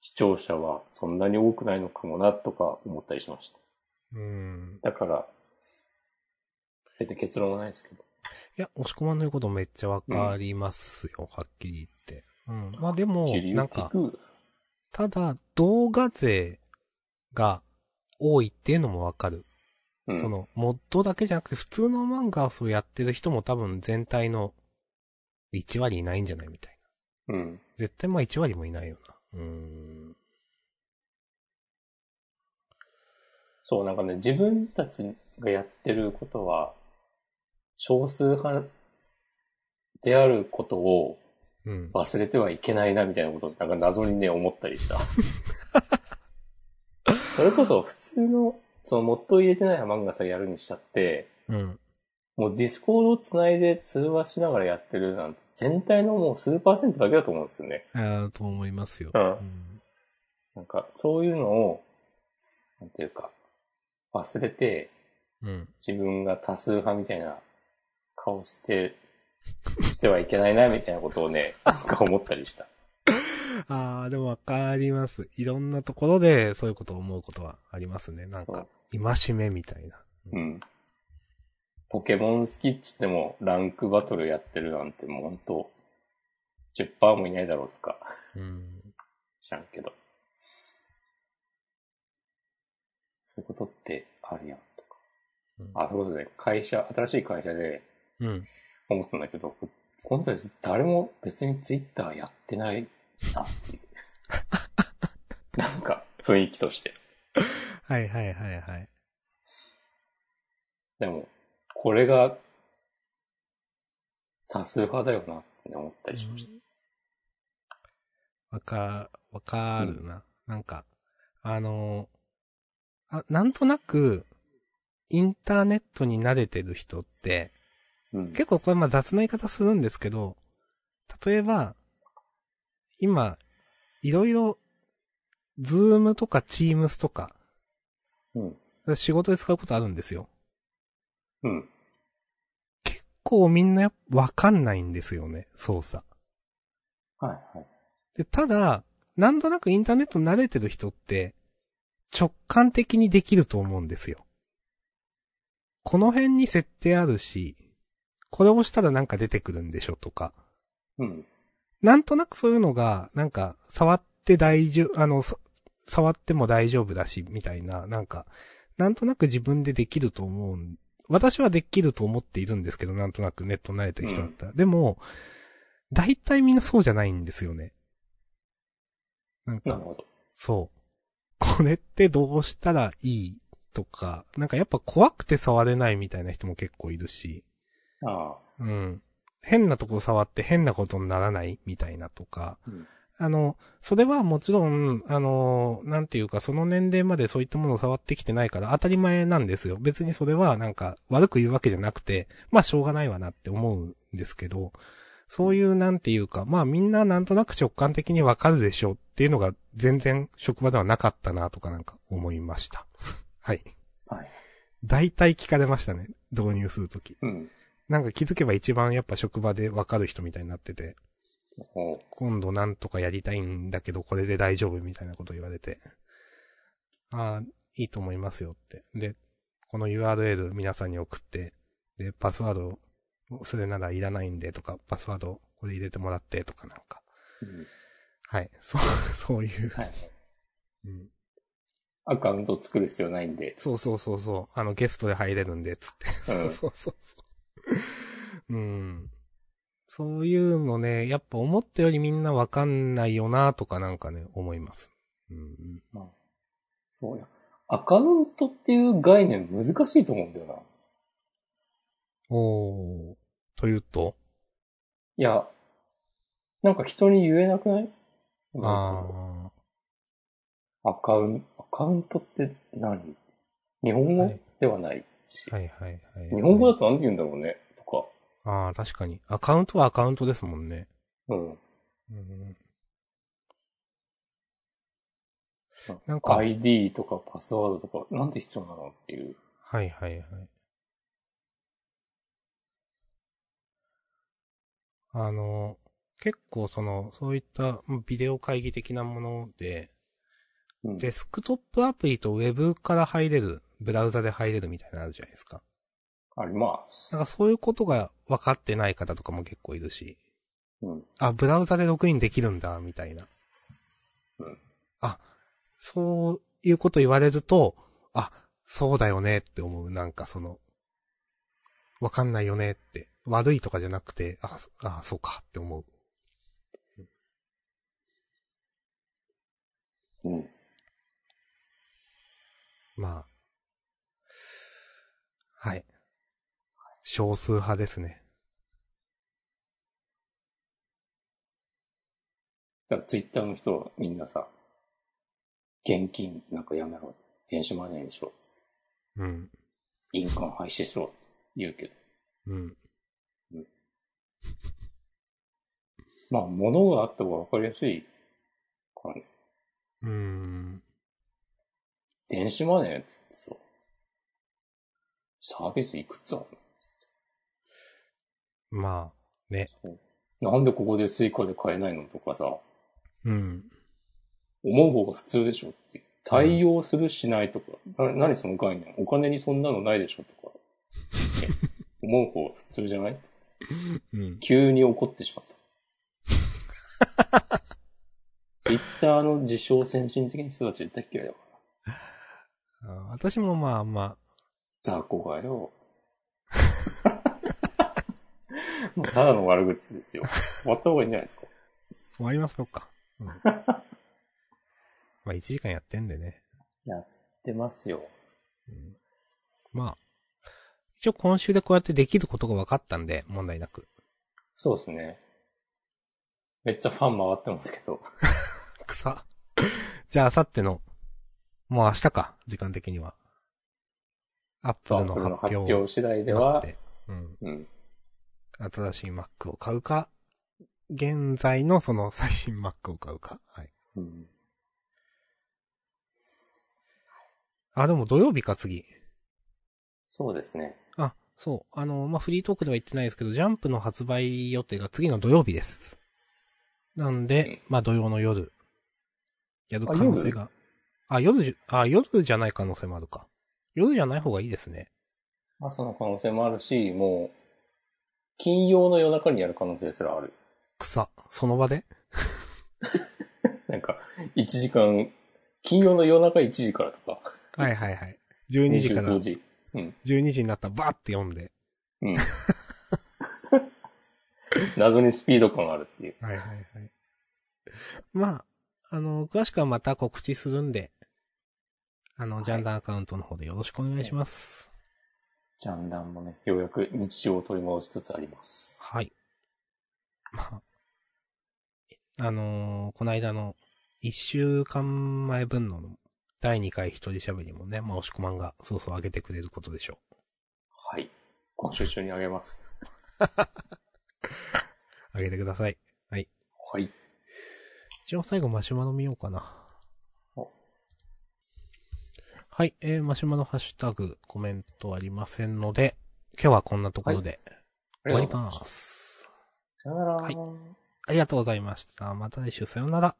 Speaker 2: 視聴者はそんなに多くないのかもなとか思ったりしました。
Speaker 1: うん。
Speaker 2: だから、別に結論はないですけど。
Speaker 1: いや、押し込まんの言うことめっちゃわかりますよ、はっきり言って。うん。まあでも
Speaker 2: ゆり、
Speaker 1: な
Speaker 2: ゆ
Speaker 1: ん
Speaker 2: き
Speaker 1: か、
Speaker 2: く、
Speaker 1: ただ、動画勢が多いっていうのもわかる。
Speaker 2: うん
Speaker 1: そ、の、モッドだけじゃなくて、普通の漫画をやってる人も多分全体の1割いないんじゃないみたいな。
Speaker 2: うん。
Speaker 1: 絶対まあ1割もいないよな。うーん。
Speaker 2: そう、なんかね、自分たちがやってることは、少数派であることを
Speaker 1: うん。
Speaker 2: 忘れてはいけないな、みたいなこと、なんか謎にね、思った りした。それこそ、普通の、その、モッドを入れてない漫画さやるにしたって、
Speaker 1: うん。
Speaker 2: もうディスコードを繋いで通話しながらやってるなんて、全体のもう数パーセントだけだと思うんですよね。
Speaker 1: ああ、と思いますよ。
Speaker 2: うん
Speaker 1: ん。
Speaker 2: なんか、そういうのを、なんていうか、忘れて、
Speaker 1: うん。
Speaker 2: 自分が多数派みたいな顔して、してはいけないな、みたいなことをね、なんか思ったりした。
Speaker 1: ああ、でもわかります。いろんなところでそういうことを思うことはありますね。なんか、戒めみたいな。
Speaker 2: うん。ポケモン好きっつっても、ランクバトルやってるなんてもうほんと、10%もいないだろうとか、
Speaker 1: うん。
Speaker 2: 知らんけど。そういうことってあるやん、とか。あ、そういうことね、会社、新しい会社で、
Speaker 1: うん。
Speaker 2: 思ったんだけど、この人たち誰も別にツイッターやってないなっていう。 なんか、雰囲気として。
Speaker 1: はいはいはいはい。
Speaker 2: でも、これが多数派だよなって思ったりしました。
Speaker 1: わか、わかるな。なんか、あのーあ、なんとなく、インターネットに慣れてる人って、
Speaker 2: うん。
Speaker 1: 結構これまあ雑な言い方するんですけど、例えば、今、いろいろ、ズームとかチームスとか、
Speaker 2: うん。
Speaker 1: 仕事で使うことあるんですよ。
Speaker 2: うん。
Speaker 1: 結構みんなやっぱわかんないんですよね、操作。
Speaker 2: はいはい。
Speaker 1: で、ただ、なんとなくインターネット慣れてる人って、直感的にできると思うんですよ。この辺に設定あるし、これを押したらなんか出てくるんでしょとか。
Speaker 2: うん。
Speaker 1: なんとなくそういうのが、なんか、触って大丈夫、あの、さ触っても大丈夫だし、みたいな、なんか、なんとなく自分でできると思うん、私はできると思っているんですけど、なんとなくネット慣れてる人だったら。でも、大体みんなそうじゃないんですよね。なん
Speaker 2: なる
Speaker 1: か、
Speaker 2: ほど。
Speaker 1: そう。これってどうしたらいいとか、なんかやっぱ怖くて触れないみたいな人も結構いるし。
Speaker 2: ああ。
Speaker 1: うん。変なとこ触って変なことにならないみたいなとか。
Speaker 2: うん。
Speaker 1: あの、それはもちろん、あの、なんていうか、その年齢までそういったものを触ってきてないから当たり前なんですよ。別にそれはなんか悪く言うわけじゃなくて、まあしょうがないわなって思うんですけど、そういうなんていうか、まあみんななんとなく直感的にわかるでしょうっていうのが 全然職場ではなかったなとかなんか思いました。はい。
Speaker 2: はい。
Speaker 1: 大体聞かれましたね。導入するとき。
Speaker 2: うん。
Speaker 1: なんか気づけば一番やっぱ職場でわかる人みたいになってて、
Speaker 2: おう
Speaker 1: 今度なんとかやりたいんだけどこれで大丈夫みたいなこと言われて、ああ、いいと思いますよって。で、この URL 皆さんに送って、で、パスワード、それならいらないんでとか、パスワードこれ入れてもらってとかなんか。
Speaker 2: うん
Speaker 1: はい。そう、 そういう。
Speaker 2: はい。
Speaker 1: うん。
Speaker 2: アカウント作る必要ないんで。
Speaker 1: そうそうそうそう。あの、ゲストで入れるんで、つって。そううんそうそうそう。うん。そういうのね、やっぱ思ったよりみんなわかんないよなとかなんかね、思います。うん。
Speaker 2: そうや。アカウントっていう概念難しいと思うんだよな。い
Speaker 1: おー。というと、
Speaker 2: や、なんか人に言えなくない
Speaker 1: あ
Speaker 2: アカウント、アカウントって何日本
Speaker 1: は
Speaker 2: 語
Speaker 1: い
Speaker 2: ではないし。
Speaker 1: ー。はいはいはい。
Speaker 2: 日本語だと何て言うんだろうね、とか。
Speaker 1: ああ、確かに。アカウントはアカウントですもんね。
Speaker 2: うん。
Speaker 1: うん。な
Speaker 2: なんん
Speaker 1: か
Speaker 2: か ID とかパスワードとか、なんで必要なのっていう。
Speaker 1: はいはいはい。あの、結構その、そういったうんビデオ会議的なもので、
Speaker 2: うん、
Speaker 1: デスクトップアプリとウェブから入れる、ブラウザで入れるみたいなのあるじゃないですか。
Speaker 2: あります。
Speaker 1: なんかそういうことが分かってない方とかも結構いるし、
Speaker 2: うん。
Speaker 1: あ、ブラウザでログインできるんだ、みたいな。
Speaker 2: うん
Speaker 1: あ、そういうこと言われると、あ、そうだよねって思う。なんかその、わかんないよねって。悪いとかじゃなくて、あ、そあそうかって思う。
Speaker 2: うん。
Speaker 1: まあ。はい。少数派ですね。
Speaker 2: だからツイッターの人はみんなさ、現金なんかやめろって、電子マネーにしろって、
Speaker 1: うん。
Speaker 2: 印鑑廃止しろって言うけど。
Speaker 1: うん。
Speaker 2: まあ、物があった方がわかりやすいからね。
Speaker 1: うーん。
Speaker 2: 電子マネーっつってさ、サービスいくつある
Speaker 1: まあ、ね。
Speaker 2: のなんでここでスイカで買えないのとかさ、
Speaker 1: うん。
Speaker 2: 思う方が普通でしょっていう。対応するしないとか、な何その概念お金にそんなのないでしょとか、ね思う方が普通じゃない
Speaker 1: うん。
Speaker 2: 急に怒ってしま った。ツイッターの自称先進的な人たち絶対嫌いだから。
Speaker 1: あ私もまあま
Speaker 2: 雑魚がよ。 もうただの悪口ですよ。終わった方がいいんじゃないですか。
Speaker 1: あ、終わりますよか。うん、 まあ1時間やってんでね。
Speaker 2: やってますよ。
Speaker 1: うんまあ、一応今週でこうやってできることが分かったんで、問題なく。
Speaker 2: そうですね。めっちゃファン回ってますけど。
Speaker 1: くさ。 じゃあ、あさっての、もう明日か、時間的には。アップルの
Speaker 2: これの
Speaker 1: 発
Speaker 2: 発
Speaker 1: 表を
Speaker 2: 表次第で
Speaker 1: 待っ
Speaker 2: は、
Speaker 1: て、うん。
Speaker 2: うん。
Speaker 1: 新しい Mac を買うか、現在のその最新 Mac を買うか。はい。
Speaker 2: うん、
Speaker 1: あ、でも土曜日か、次。
Speaker 2: そうですね。
Speaker 1: あ、そう。あの、まあ、フリートークでは言ってないですけど、ジャンプの発売予定が次の土曜日です。なんで、まあ、土曜の夜、やる可能性が。あ、夜じ、あ、夜じゃない可能性もあるか。夜じゃない方がいいですね。
Speaker 2: まあその可能性もあるし、もう、金曜の夜中にやる可能性すらある。
Speaker 1: 草、その場で
Speaker 2: なんか、1時間、金曜の夜中1時からとか、
Speaker 1: はいはいはい。12時から
Speaker 2: 25時。うん。
Speaker 1: 12時になったらバーって読んで。
Speaker 2: うん。謎にスピード感あるっていう。
Speaker 1: はいはいはい。まあ、あの、詳しくはまた告知するんで、あの、ジャンダンアカウントの方でよろしくお願いします。
Speaker 2: ジャンダンもね、ようやく日常を取り戻しつつあります。
Speaker 1: はい。まあ、あのーこの間の、一週間前分の第2回一人喋りもね、まあ、押し込まんがそうそう上げてくれることでしょ
Speaker 2: はい。今週中にあげます。
Speaker 1: う。上げてください。
Speaker 2: はい。
Speaker 1: 一応最後マシュマロ見ようかな
Speaker 2: お。
Speaker 1: はい、えー、マシュマロハッシュタグ、コメントありませんので、今日はこんなところで終わります。
Speaker 2: さよなら。
Speaker 1: はいありがとうございました。また来週さようなら。